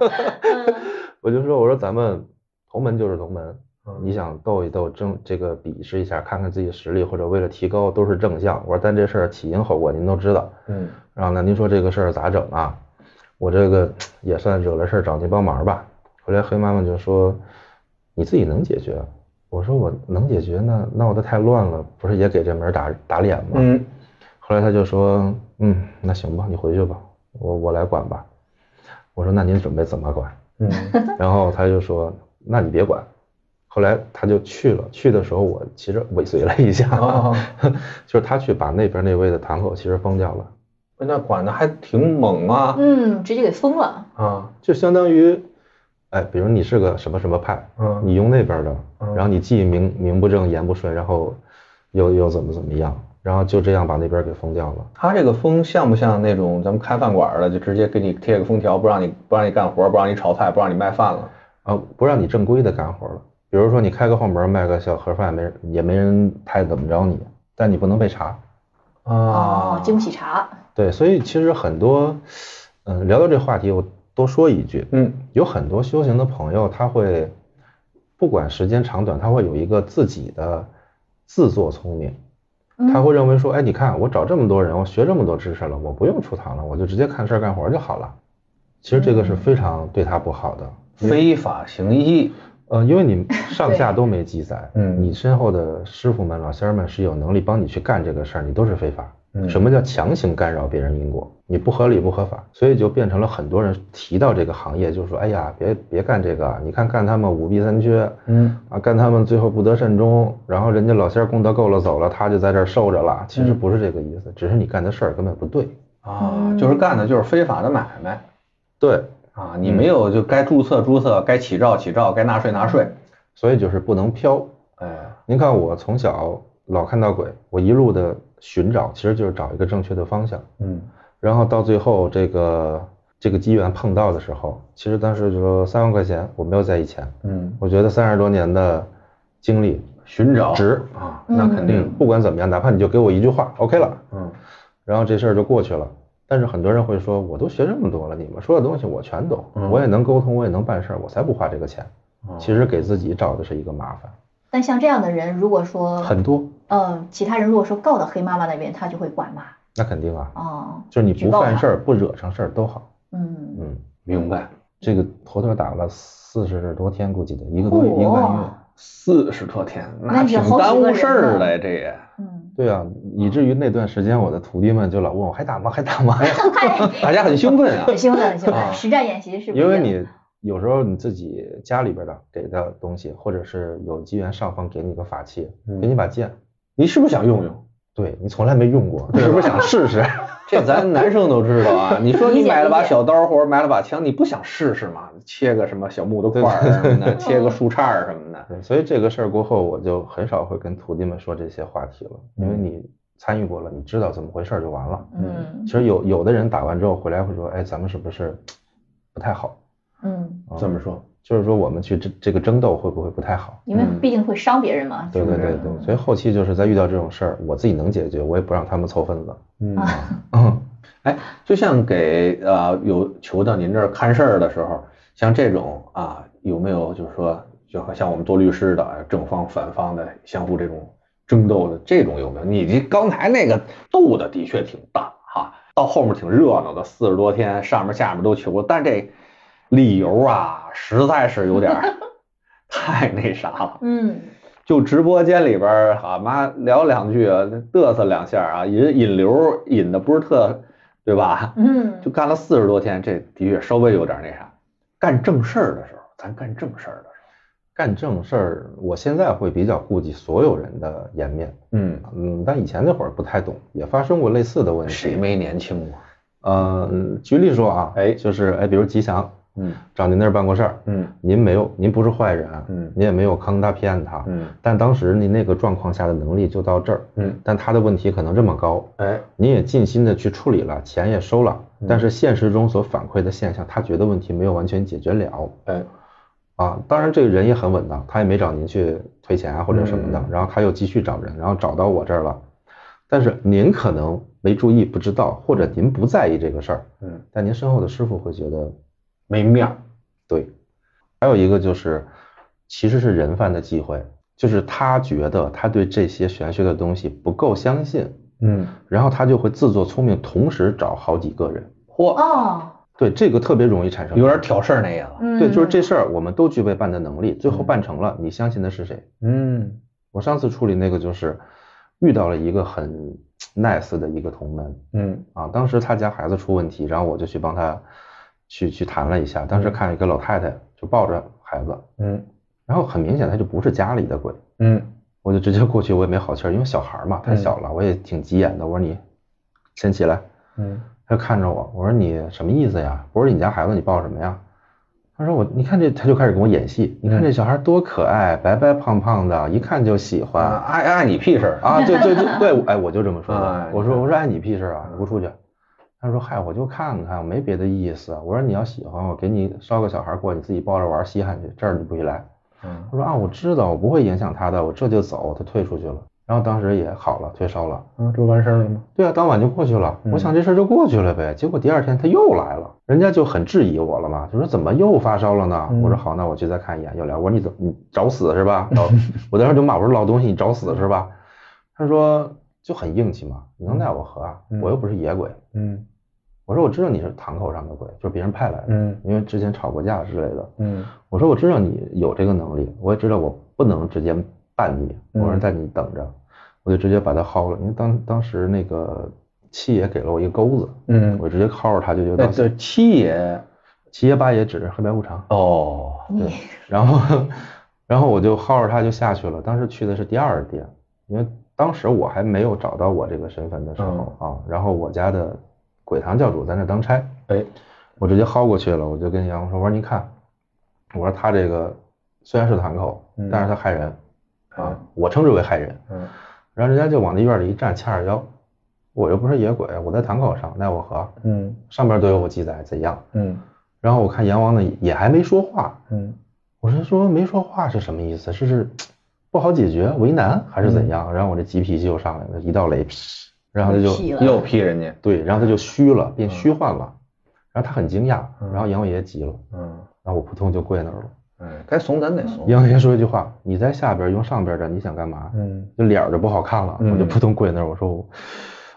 S2: 嗯
S3: 我就说，我说咱们同门就是同门，
S1: 嗯
S3: 你想斗一斗，争这个比试一下，看看自己实力，或者为了提高，都是正向。我说，但这事儿起因后果您都知道。
S1: 嗯
S3: 然后啊呢，您说这个事儿咋整啊？我这个也算惹了事儿，找您帮忙吧。后来黑妈妈就说：“你自己能解决。”我说：“我能解决，那闹得太乱了，不是也给这门打打脸吗？”
S1: 嗯
S3: 后来他就说：“嗯，那行吧，你回去吧。”我我来管吧。我说那您准备怎么管？
S1: 嗯
S3: 然后他就说那你别管。后来他就去了，去的时候我其实尾随了一下，
S1: 哦
S3: 就是他去把那边那位的堂口其实封掉了，
S1: 那管的还挺猛啊
S2: 嗯，直接给封了。
S1: 啊
S3: 就相当于，哎，比如你是个什么什么派，
S1: 嗯
S3: 你用那边的，
S1: 嗯
S3: 然后你既名名不正言不顺，然后又又怎么怎么样，然后就这样把那边给封掉了。
S1: 他这个封像不像那种咱们开饭馆的，就直接给你贴个封条，不让你不让你干活，不让你炒菜，不让你卖饭了？
S3: 啊，不让你正规的干活了。比如说你开个后门卖个小盒饭，没人也没人太怎么着你，但你不能被查。
S1: 啊
S3: 啊
S2: 哦，经不起查。
S3: 对，所以其实很多，嗯，聊到这话题，我多说一句，
S1: 嗯
S3: 有很多修行的朋友，他会不管时间长短，他会有一个自己的自作聪明，他会认为说，哎，你看我找这么多人，我学这么多知识了，我不用出堂了，我就直接看事儿干活就好了。其实这个是非常对他不好的。
S1: 非法行医，
S3: 呃，因为你上下都没记载，
S1: 嗯
S3: 你身后的师傅们、老仙儿们是有能力帮你去干这个事儿，你都是非法。
S1: 嗯
S3: 什么叫强行干扰别人因果？你不合理不合法，所以就变成了很多人提到这个行业，就说：“哎呀，别别干这个，你看干他们舞弊三缺，
S1: 嗯
S3: 啊，干他们最后不得善终，然后人家老仙儿功德够了走了，他就在这儿受着了。”其实
S1: 嗯
S3: 不是这个意思，只是你干的事儿根本不对。
S1: 啊，就是干的就是非法的买卖
S3: 对，
S1: 啊，你没有就该注册注册，该起照起照，该纳税纳税，
S3: 所以就是不能飘。
S1: 哎，
S3: 您看我从小老看到鬼，我一路的寻找，其实就是找一个正确的方向。
S1: 嗯
S3: 然后到最后这个这个机缘碰到的时候，其实当时就说三万块钱我没有在意钱，
S1: 嗯，
S3: 我觉得三十多年的经历
S1: 寻找
S3: 值，
S1: 啊，那肯定，
S3: 嗯，不管怎么样，哪怕你就给我一句话，OK 了，
S1: 嗯
S3: 然后这事儿就过去了。但是很多人会说，我都学这么多了，你们说的东西我全懂，
S1: 嗯
S3: 我也能沟通，我也能办事儿，我才不花这个钱。
S1: 哦
S3: 其实给自己找的是一个麻烦，
S2: 但像这样的人，如果说，
S3: 很多，
S2: 呃，其他人如果说告到黑妈妈那边，他就会管嘛。
S3: 那肯定啊，
S2: 哦，
S3: 就是你不
S2: 举报
S3: 犯
S2: 他
S3: 事儿，不惹上事儿都好。
S2: 嗯，
S3: 嗯，
S1: 明白，
S3: 这个头头打了四十多天，估计得一个多月，一个半月
S2: 嚯。
S1: 四十多天，那
S2: 那是
S1: 挺
S2: 好几
S1: 耽
S2: 个
S1: 误
S2: 人
S1: 事儿
S2: 呢
S1: 的呀，这也。
S2: 嗯，
S3: 对啊，以至于那段时间我的徒弟们就老问我还打吗？还 打吗？
S1: 大家很兴奋啊
S2: 很兴奋，很兴
S1: 啊
S2: 奋。实战演习是不一
S3: 因
S2: 样
S3: 为你有时候你自己家里边的给的东西，或者是有机缘上方给你个法器，
S1: 嗯
S3: 给你把剑，
S1: 你是不是想用用？
S3: 对你从来没用过，你是不是想 试试？
S1: 这咱男生都知道 啊。你说你
S2: 理解
S1: 买了把
S2: 理解
S1: 小刀或者买了把枪，你不想试试吗？切个什么小木头块儿什么的，切个树杈儿什么的。
S3: 对所以这个事儿过后，我就很少会跟徒弟们说这些话题了，因为
S1: 嗯
S3: 你参与过了，你知道怎么回事儿就完了。
S2: 嗯
S3: 其实有有的人打完之后回来会说，哎，咱们是不是不太好？
S2: 嗯，
S3: 啊
S1: 这么说？
S3: 就是说我们去这这个争斗会不会不太好？
S2: 因为
S1: 嗯
S2: 毕竟会伤别人嘛，
S3: 对
S2: 是不
S3: 对
S2: 是？
S3: 对对，所以后期就是在遇到这种事儿，我自己能解决，我也不让他们凑份子。
S1: 嗯，哎，就像给呃有求到您这儿看事儿的时候，像这种啊，有没有就是说，就好像我们做律师的，哎正方反方的相互这种争斗的这种有没有？你这刚才那个斗的的确挺大哈，到后面挺热闹的，四十多天，上面下面都求，但这理由啊，实在是有点儿 太那啥了。
S2: 嗯，
S1: 就直播间里边儿，好妈聊两句啊，嘚瑟两下啊，引引流引的不是特，对吧？
S2: 嗯
S1: 就干了四十多天，这的确稍微有点那啥。干正事儿的时候，咱干正事儿的时
S3: 干正事儿，我现在会比较顾及所有人的颜面，
S1: 候，嗯，
S3: 嗯，但以前那会儿不太懂，也发生过类似的问题。
S1: 谁？没年轻啊过？
S3: 嗯，举例说啊，
S1: 哎
S3: 就是哎，比如吉祥
S1: 嗯
S3: 找您那儿办过事儿，
S1: 嗯
S3: 您没有，您不是坏人，
S1: 嗯
S3: 您也没有坑他骗他，
S1: 嗯
S3: 但当时您那个状况下的能力就到这儿，
S1: 嗯，
S3: 但他的问题可能这么高，
S1: 哎，
S3: 您也尽心的去处理了，钱也收了，
S1: 嗯
S3: 但是现实中所反馈的现象，他觉得问题没有完全解决了
S1: 哎，
S3: 啊。当然，这个人也很稳当，他也没找您去退钱啊或者什么的，
S1: 嗯
S3: 然后他又继续找人，然后找到我这儿了。但是您可能没注意、不知道，或者您不在意这个事儿，
S1: 嗯，
S3: 但您身后的师傅会觉得
S1: 没面儿，
S3: 对。还有一个就是，其实是人犯的忌讳，就是他觉得他对这些玄学的东西不够相信，
S1: 嗯，
S3: 然后他就会自作聪明，同时找好几个人。
S1: 嚯，
S2: 哦，
S3: 对，这个特别容易产生
S1: 有点。挑事儿那意思。
S2: 嗯，
S3: 对，就是这事儿，我们都具备办的能力，最后办成了，你相信的是谁？
S1: 嗯
S3: 我上次处理那个就是遇到了一个很 nice 的一个同门
S1: 嗯
S3: 啊。当时他家孩子出问题，然后我就去帮他去去谈了一下。当时看一个老太太就抱着孩子，
S1: 嗯
S3: 然后很明显他就不是家里的鬼，
S1: 嗯
S3: 我就直接过去，我也没好气儿，因为小孩儿嘛，太
S1: 嗯
S3: 小了，我也挺急眼的。我说你先起来，
S1: 嗯
S3: 他就看着我，我说你什么意思呀？不是你家孩子，你抱什么呀？他说我，你看这，他就开始跟我演戏。你看这小孩多可爱，白白胖胖的，一看就喜欢
S1: 啊，碍碍你屁事儿啊！
S3: 啊！对对对对，哎，我就这么说
S1: 啊
S3: 的。我说
S1: 你看
S3: 我说碍你屁事啊！你给我出去。他说嗨，我就看看，没别的意思。我说你要喜欢，我给你捎个小孩过，你自己抱着玩稀罕去，这儿你不许来。
S1: 嗯
S3: 他说啊，我知道，我不会影响他的，我这就走。他退出去了，然后当时也好了，退烧了。
S1: 啊，这完事儿了吗？
S3: 对啊，当晚就过去了。
S1: 嗯
S3: 我想这事儿就过去了呗。结果第二天他又来了，人家就很质疑我了嘛，就说怎么又发烧了呢？
S1: 嗯
S3: 我说好，那我去再看一眼。又来，我说你怎么你找死是吧？老
S1: 嗯
S3: 我当时就骂我说老东西你找死是吧？他说就很硬气嘛，你能奈我何啊？
S1: 嗯
S3: 我又不是野鬼。
S1: 嗯
S3: 我说我知道你是堂口上的鬼，就是别人派来的，
S1: 嗯
S3: 因为之前吵过架之类的。
S1: 嗯
S3: 我说我知道你有这个能力，我也知道我不能直接办你，
S1: 嗯
S3: 我说在你等着，我就直接把他薅了，因为当当时那个七爷给了我一个钩子，
S1: 嗯，
S3: 我直接薅着他就就
S1: 那
S3: 到
S1: 这七爷
S3: 七爷八爷指着黑白无常，
S1: 哦，
S3: 对，然后 然后我就薅着他就下去了，当时去的是第二店，因为当时我还没有找到我这个身份的时候、啊，然后我家的鬼堂教主在那当差，
S1: 哎，
S3: 我直接薅过去了，我就跟杨红说：“我说您看，我说他这个虽然是堂口
S1: 嗯，
S3: 但是他害人、啊
S1: 嗯，
S3: 我称之为害人。
S1: 嗯
S3: 然后人家就往那院里一站，掐着腰，我又不是野鬼，我在堂口上，奈我何？
S1: 嗯
S3: 上边都有我记载，怎样？
S1: 嗯
S3: 然后我看阎王呢也还没说话，
S1: 嗯
S3: 我是说没说话是什么意思？是是不好解决、为难还是
S1: 嗯
S3: 怎样？然后我这急脾气又上来了，一道雷，噗然后他就
S2: 劈了
S1: 又批人家，
S3: 对，然后他就虚了，变虚幻了。然后他很惊讶，
S1: 嗯
S3: 然后阎王爷急了。”
S1: 嗯
S3: 然后我扑通就跪那儿了。
S1: 哎，该怂咱得怂，
S3: 阎王爷说一句话：“你在下边用上边的，你想干嘛？”
S1: 嗯
S3: 就脸儿就不好看了，
S1: 嗯
S3: 我就扑通跪那儿，我说我，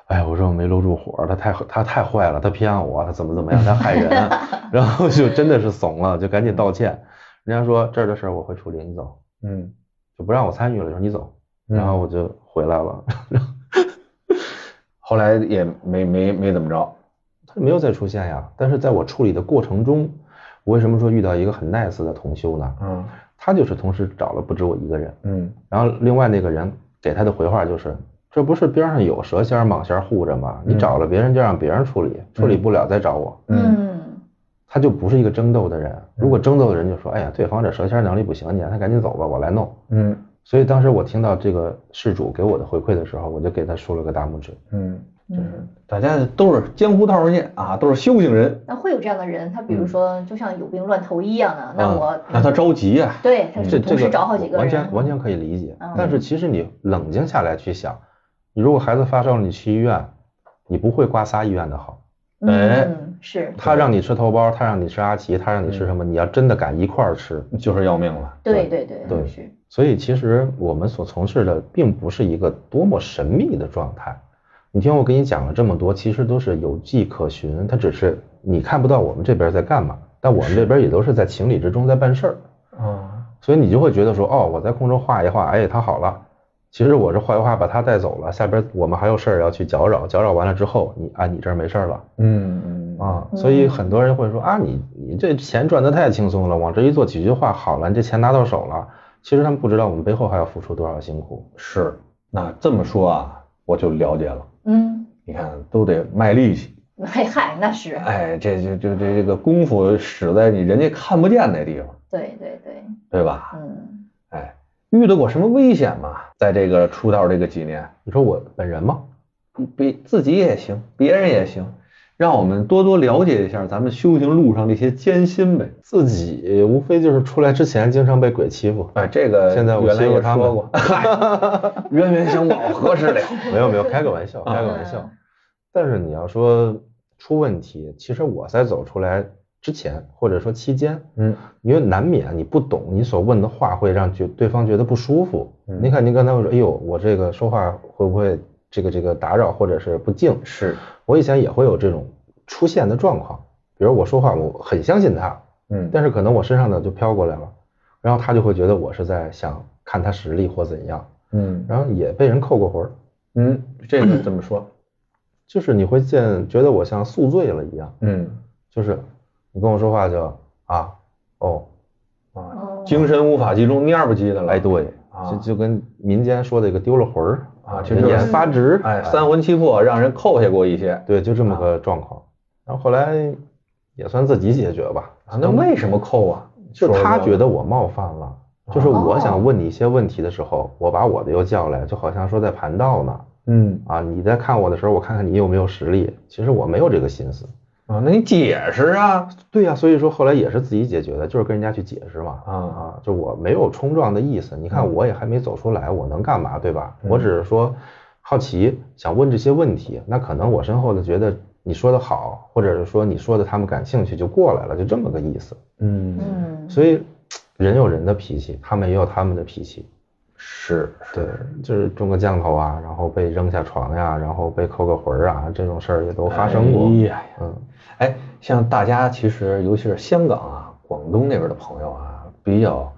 S3: 哎，我说我没搂住火，他太他太坏了，他偏爱我，他怎么怎么样，他 害人，然后就真的是怂了，就赶紧道歉。人家说这儿的事儿我会处理，你走，
S1: 嗯，
S3: 就不让我参与了，说你走，然后我就回来了，
S1: 后来也没没没怎么着，
S3: 他就没有再出现呀。但是在我处理的过程中，我为什么说遇到一个很 nice 的同修呢？
S1: 嗯
S3: 他就是同时找了不止我一个人，
S1: 嗯
S3: 然后另外那个人给他的回话就是：“这不是边上有蛇仙儿、蟒仙儿护着吗？
S1: 嗯
S3: 你找了别人就让别人处理，处理不了再找我。
S1: 嗯
S2: 嗯，
S3: 他就不是一个争斗的人。如果争斗的人就说：“哎呀，对方这蛇仙儿能力不行，你让他赶紧走吧，我来弄。
S1: 嗯”
S3: 所以当时我听到这个事主给我的回馈的时候，我就给他竖了个大拇指。
S1: 嗯，
S2: 嗯，
S1: 大家都是江湖道上见啊，都是修行人，
S2: 那会有这样的人，他比
S3: 嗯
S2: 如说就像有病乱投医一样的，那
S1: 啊
S2: 我
S1: 那他着急呀，
S2: 对他
S3: 嗯这这
S2: 同时
S3: 个
S2: 找好几个人，
S3: 完全完全可以理解
S2: 嗯。
S3: 但是其实你冷静下来去想，你如果孩子发烧了，你去医院，你不会刮仨医院的好。
S1: 哎
S2: 嗯是
S3: 他让你吃头孢，他让你吃阿奇，他让你吃什么？你要真的敢一块儿吃，
S1: 嗯就是要命了，
S2: 对对对
S3: 对
S2: 是
S3: 所以其实我们所从事的并不是一个多么神秘的状态。你听我给你讲啊了这么多，其实都是有迹可循，它只是你看不到我们这边在干嘛，但我们这边也都是在情理之中在办事儿，
S1: 啊，
S3: 所以你就会觉得说，哦，我在空中画一画，哎，他好了。其实我这画一画把他带走了，下边我们还有事儿要去搅扰，搅扰完了之后，你啊，你这儿没事儿了，
S1: 嗯嗯
S3: 啊，所以
S2: 嗯
S3: 很多人会说啊，你你这钱赚得太轻松了，往这一坐几句话好了，你这钱拿到手了。其实他们不知道我们背后还要付出多少辛苦。
S1: 是，那这么说啊，我就了解了。
S2: 嗯，
S1: 你看，都得卖力气，
S2: 嗨嗨那是
S1: 哎，这这这这这个功夫使在你人家看不见那地方，
S2: 对对对
S1: 对吧？
S2: 嗯
S1: 哎，遇到过什么危险吗？在这个出道这个几年，
S3: 你说我本人吗？
S1: 别自己也行，别人也行，让我们多多了解一下咱们修行路上这些艰辛呗。
S3: 自己无非就是出来之前经常被鬼欺负。
S1: 哎，这个
S3: 现在我
S1: 原来
S3: 欺负
S1: 也
S3: 他
S1: 说
S3: 们
S1: 过，嗨 冤冤相报何时了？
S3: 没有没有，开个玩笑，
S1: 啊
S3: 开个玩笑。但是你要说出问题，其实我在走出来之前，或者说期间，
S1: 嗯，
S3: 因为难免啊你不懂，你所问的话会让觉对方觉得不舒服。
S1: 嗯
S3: 你看您刚才我说，哎呦，我这个说话会不会这个这个打扰或者是不敬？
S1: 是，
S3: 我以前也会有这种出现的状况，比如我说话我很相信他，
S1: 嗯，
S3: 但是可能我身上的就飘过来了，然后他就会觉得我是在想看他实力或怎样，
S1: 嗯
S3: 然后也被人扣过魂儿。
S1: 嗯，这个怎么说？
S3: 就是你会见觉得我像宿醉了一样，
S1: 嗯
S3: 就是你跟我说话就啊哦，
S1: 啊，
S2: 哦
S1: 精神无法集中，蔫不唧的了。
S3: 哎对，
S1: 啊
S3: 就就跟民间说的一个丢了魂儿
S1: 啊就
S3: 人
S1: 是
S3: 眼发直，
S1: 哎，三啊魂七魄让人扣下过一些。
S3: 对，就这么个状况。然后后来也算自己解决吧，
S1: 啊，那为什么扣啊？
S3: 就
S1: 说
S3: 他
S1: 说啊
S3: 觉得我冒犯了，就是我想问你一些问题的时候，我把我的又叫来，就好像说在盘道呢
S1: 嗯
S3: 啊，你在看我的时候，我看看你有没有实力。其实我没有这个心思。
S1: 啊，那你解释啊。
S3: 对呀、所以说后来也是自己解决的，就是跟人家去解释嘛。
S1: 啊
S3: 啊，就我没有冲撞的意思，你看我也还没走出来，我能干嘛，对吧？
S1: 嗯
S3: 我只是说好奇，想问这些问题。那可能我身后的觉得你说的好，或者是说你说的他们感兴趣，就过来了，就这么个意思。
S1: 嗯，
S2: 嗯，
S3: 所以人有人的脾气，他们也有他们的脾气。
S1: 是
S3: 对，就是中个降头啊，然后被扔下床呀、然后被扣个魂儿啊，这种事儿也都发生过。
S1: 哎呀，
S3: 嗯，
S1: 哎，像大家其实，尤其是香港啊、广东那边的朋友啊，比较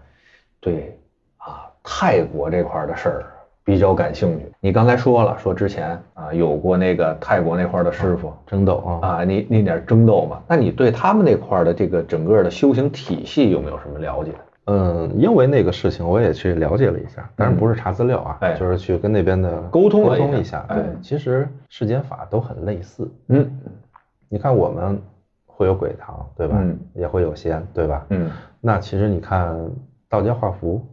S1: 对啊泰国这块儿的事儿比较感兴趣。你刚才说了，说之前啊有过那个泰国那块儿的师傅
S3: 争斗啊，
S1: 啊，你那点儿争斗嘛，那你对他们那块儿的这个整个的修行体系有没有什么了解？
S3: 嗯，因为那个事情我也去了解了一下，当然不是查资料啊，
S1: 嗯哎
S3: 就是去跟那边的
S1: 沟通了
S3: 沟
S1: 一
S3: 通
S1: 下
S3: 一下。
S1: 哎
S3: 对，其实世间法都很类似。
S1: 嗯
S3: 你看我们会有鬼堂，对吧？
S1: 嗯
S3: 也会有仙，对吧？
S1: 嗯
S3: 那其实你看道家画符、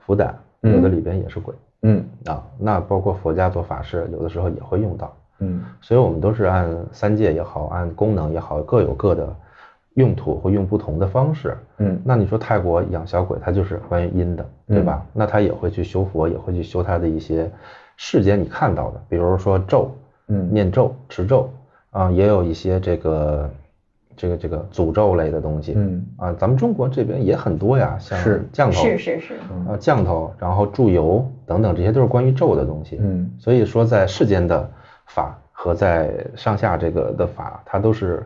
S3: 符胆，
S1: 嗯
S3: 有的里边也是鬼、
S1: 嗯
S3: 啊。那包括佛家做法事，有的时候也会用到。
S1: 嗯
S3: 所以我们都是按三界也好，按功能也好，各有各的用途，会用不同的方式。
S1: 嗯
S3: 那你说泰国养小鬼，它就是关于阴的，对吧？那他也会去修佛，也会去修他的一些世间你看到的，比如说咒、
S1: 嗯，
S3: 念咒、持咒啊、也有一些这个这个这个诅咒类的东西。
S1: 嗯
S3: 啊，咱们中国这边也很多呀，像
S1: 是嗯
S3: 降头、
S2: 是是是，
S3: 啊降头，然后祝由等等，这些都是关于咒的东西。
S1: 嗯
S3: 所以说，在世间的法和在上下这个的法，它都是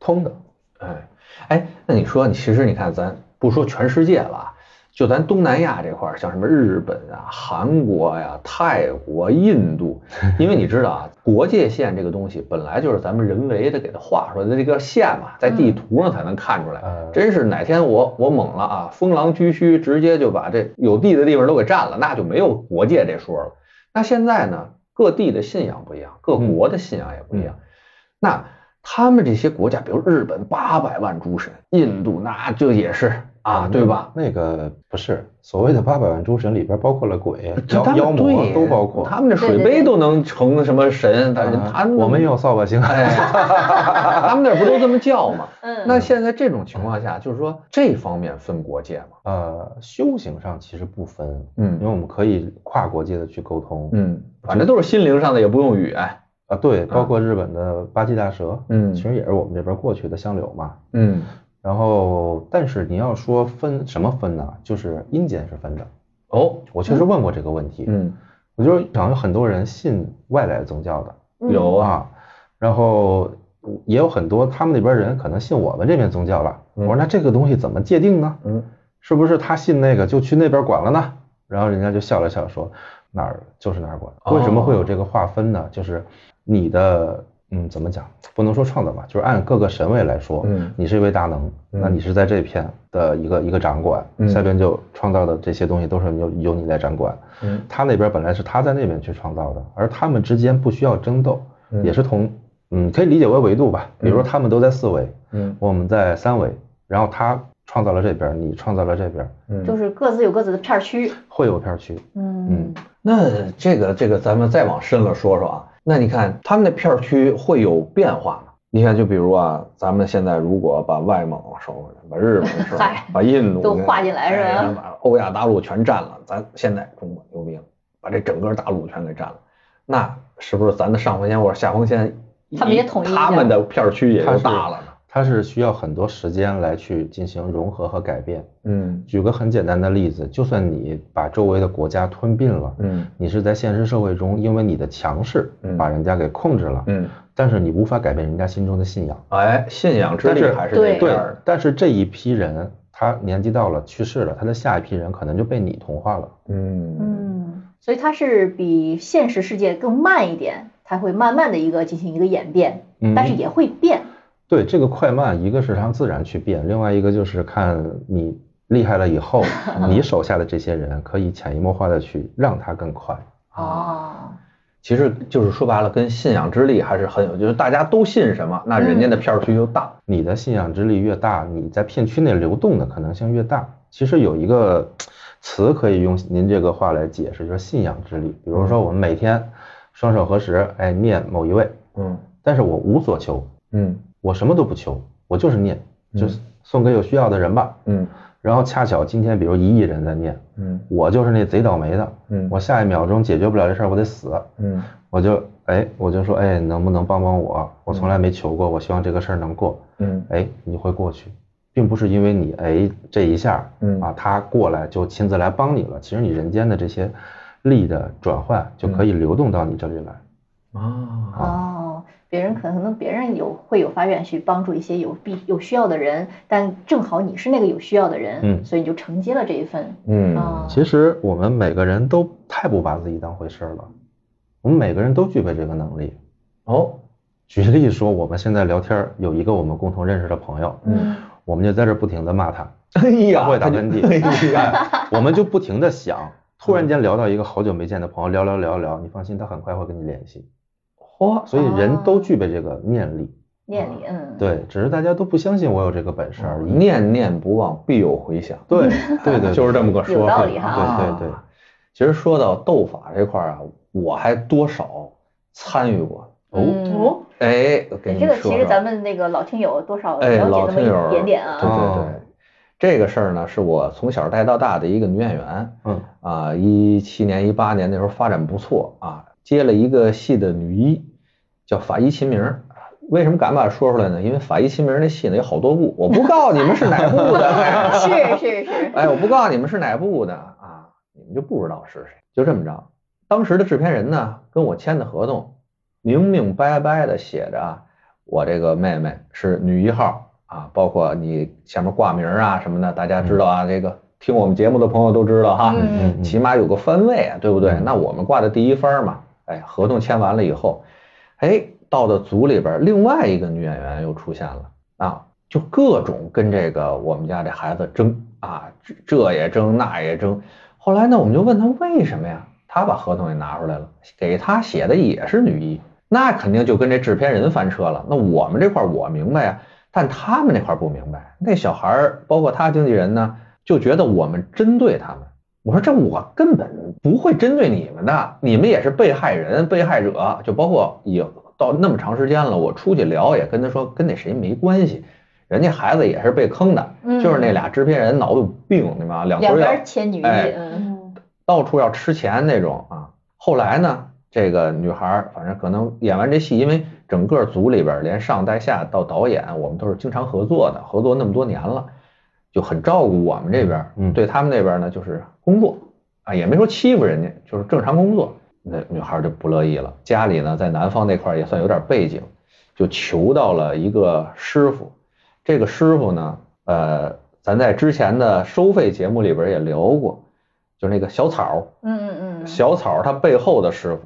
S3: 通的。
S1: 哎，哎，那你说，你其实你看，咱不说全世界了啊，就咱东南亚这块儿，像什么日本啊、韩国呀、泰国、印度，因为你知道啊，国界线这个东西本来就是咱们人为的给它画出来的这个线嘛，在地图上才能看出来。
S3: 呃，
S1: 真是哪天我我猛了啊，风狼居胥，直接就把这有地的地方都给占了，那就没有国界这说了。那现在呢，各地的信仰不一样，各国的信仰也不一样。那他们这些国家，比如日本八百万诸神，印度那就也是
S3: 嗯
S1: 啊，对吧？
S3: 那个不是所谓的八百万诸神里边包括了鬼、
S1: 这
S3: 妖
S1: 呃他
S3: 妖
S1: 们
S3: 魔
S1: 对
S3: 都包括。
S1: 他们这水
S2: 对对
S1: 杯
S2: 对
S1: 都能成什么神？但是
S3: 啊
S1: 他们
S3: 我们有扫把星，
S1: 哎，他们那儿不都这么叫吗？
S2: 嗯，
S1: 那现在这种情况下，就是说这方面分国界嘛，
S3: 呃，修行上其实不分，因为
S1: 嗯
S3: 我们可以跨国界的去沟通。
S1: 嗯，反正都是心灵上的，也不用语言。
S3: 啊，对，包括日本的八岐大蛇，
S1: 嗯
S3: 其实也是我们这边过去的香柳嘛。
S1: 嗯
S3: 然后，但是你要说分什么分呢？就是阴间是分的。
S1: 哦，
S3: 我确实问过这个问题，
S1: 嗯，
S3: 我就是好像有很多人信外来宗教的
S2: 嗯
S1: 有啊，
S3: 啊，然后也有很多他们那边人可能信我们这边宗教了。
S1: 嗯
S3: 我说那这个东西怎么界定呢？
S1: 嗯，
S3: 是不是他信那个就去那边管了呢？然后人家就笑了笑说哪儿就是哪儿管。
S1: 哦
S3: 为什么会有这个划分呢？就是你的嗯怎么讲，不能说创造吧，就是按各个神位来说，
S1: 嗯
S3: 你是一位大能，
S1: 嗯
S3: 那你是在这片的一个一个掌管，
S1: 嗯
S3: 下边就创造的这些东西都是由由你来掌管。
S1: 嗯
S3: 他那边本来是他在那边去创造的，而他们之间不需要争斗，
S1: 嗯
S3: 也是同，嗯，可以理解为维度吧。比如说他们都在四维，
S1: 嗯
S3: 我们在三维，然后他创造了这边，你创造了这边，
S1: 嗯
S2: 就。是各自有各自的片儿区，
S3: 会有片区。
S2: 嗯
S1: 那这个这个，咱们再往深了说说啊。那你看他们那片儿区会有变化吗？你看，就比如啊，咱们现在如果把外蒙啊收回来，把日本收回来
S2: 嗨，
S1: 把印度
S2: 都
S1: 给
S2: 划进来是吧
S1: 哎把欧亚大陆全占了，咱现在中国牛逼了，把这整个大陆全给占了，那是不是咱的上风线或者下风线，
S2: 他们也统一一下
S1: 他们的片儿区也
S3: 它
S1: 就是大了呢？
S3: 它是需要很多时间来去进行融合和改变。
S1: 嗯
S3: 举个很简单的例子，就算你把周围的国家吞并了，
S1: 嗯
S3: 你是在现实社会中因为你的强势
S1: 嗯
S3: 把人家给控制了，
S1: 嗯，
S3: 但是你无法改变人家心中的信仰。
S1: 哎，信仰之
S3: 但
S1: 力
S3: 是
S1: 还是这
S2: 对
S1: 片
S3: 对
S1: 儿，
S3: 但是这一批人他年纪到了去世了，他的下一批人可能就被你同化了。
S1: 嗯
S2: 嗯，所以它是比现实世界更慢一点，它会慢慢的一个进行一个演变，
S3: 嗯，
S2: 但是也会变。
S3: 对这个快慢，一个是让自然去变，另外一个就是看你厉害了以后，你手下的这些人可以潜移默化的去让它更快。
S2: 哦，
S1: 其实就是说白了，跟信仰之力还是很有，就是大家都信什么，那人家的
S2: 嗯
S1: 票数就大。
S3: 你的信仰之力越大，你在片区内流动的可能性越大。其实有一个词可以用您这个话来解释，就是信仰之力。比如说我们每天双手合十，哎，念某一位，
S1: 嗯
S3: 但是我无所求，
S1: 嗯
S3: 我什么都不求，我就是念，就是送给有需要的人吧。
S1: 嗯
S3: 然后恰巧今天比如一亿人在念，
S1: 嗯
S3: 我就是那贼倒霉的，
S1: 嗯
S3: 我下一秒钟解决不了这事儿，我得死，
S1: 嗯
S3: 我就哎，我就说哎，能不能帮帮我？我从来没求过，我希望这个事儿能过。
S1: 嗯
S3: 哎，你会过去，并不是因为你哎这一下，
S1: 嗯
S3: 啊，他过来就亲自来帮你了。其实你人间的这些力的转换就可以流动到你这里来。
S1: 啊
S2: 哦，别人可能别人有会有发愿去帮助一些有必有需要的人，但正好你是那个有需要的人，
S3: 嗯
S2: 所以你就承接了这一份。
S1: 嗯
S2: 哦
S3: 其实我们每个人都太不把自己当回事儿了，我们每个人都具备这个能力。
S1: 哦
S3: 举例说，我们现在聊天儿有一个我们共同认识的朋友，
S2: 嗯，
S3: 我们就在这儿不停的骂他，
S1: 哎呀，
S3: 他会打喷嚏
S1: 他就 哎呀，
S3: 我们就不停的想，突
S1: 嗯
S3: 然间聊到一个好久没见的朋友，聊聊聊聊，你放心，他很快会跟你联系。
S1: 嚯，啊
S3: 所以人都具备这个念力，
S2: 念力，嗯，，
S3: 对，只是大家都不相信我有这个本事而已。
S1: 念念不忘，必有回响。
S3: 对对对，
S1: 嗯 就是这么个说
S2: 有
S1: 法。
S2: 道理哈
S3: 对对对
S1: 啊其实说到斗法这块儿啊，我还多少参与过。
S2: 嗯
S5: 哦，
S1: 哎，我跟你
S2: 这
S1: 说
S2: 个
S1: 说，
S2: 其实咱们那个老听友多少
S1: 哎，
S2: 了解
S1: 老
S2: 那么
S1: 听友
S2: 一点点啊
S1: 对，对
S3: 哦
S1: 对，这个事儿呢，是我从小带到大的一个女演员
S3: 嗯
S1: 啊，一七年、一八年那时候发展不错啊，接了一个戏的女一，叫法医秦明儿。为什么敢把它说出来呢？因为法医秦明儿那戏呢有好多部，我不告诉你们是哪部的。
S2: 是是是，
S1: 哎，我不告诉你们是哪部的啊，你们就不知道是谁。就这么着，当时的制片人呢跟我签的合同，明明白白的写着啊，我这个妹妹是女一号啊，包括你下面挂名啊什么的，大家知道啊，这个听我们节目的朋友都知道哈，
S2: 嗯
S3: 嗯
S1: 起码有个番位啊，对不对？
S3: 嗯
S1: 那我们挂的第一番嘛，哎，合同签完了以后，哎，到了组里边，另外一个女演员又出现了啊，就各种跟这个我们家这孩子争啊，这这也争那也争。后来呢，我们就问他为什么呀？他把合同也拿出来了，给他写的也是女一，那肯定就跟这制片人翻车了。那我们这块儿我明白呀，但他们那块儿不明白。那小孩儿，包括他经纪人呢，就觉得我们针对他们。我说这我根本不会针对你们的，你们也是被害人、被害者，就包括也到那么长时间了，我出去聊也跟他说跟那谁没关系，人家孩子也是被坑的，
S2: 嗯
S1: 就是那俩制片人脑子有病，你吗？ 两头
S2: 两
S1: 要
S2: 边牵女一，
S1: 哎
S2: 嗯，
S5: 嗯
S1: 到处要吃钱那种啊。后来呢，这个女孩儿反正可能演完这戏，因为整个组里边儿连上带下到导演，我们都是经常合作的，合作那么多年了，就很照顾我们这边儿，
S3: 嗯
S1: 对他们那边儿呢就是工作啊，也没说欺负人家，就是正常工作。那女孩儿就不乐意了，家里呢在南方那块儿也算有点背景，就求到了一个师傅。这个师傅呢，呃，咱在之前的收费节目里边儿也聊过，就是那个小草儿，
S2: 嗯嗯嗯，
S1: 小草他背后的师傅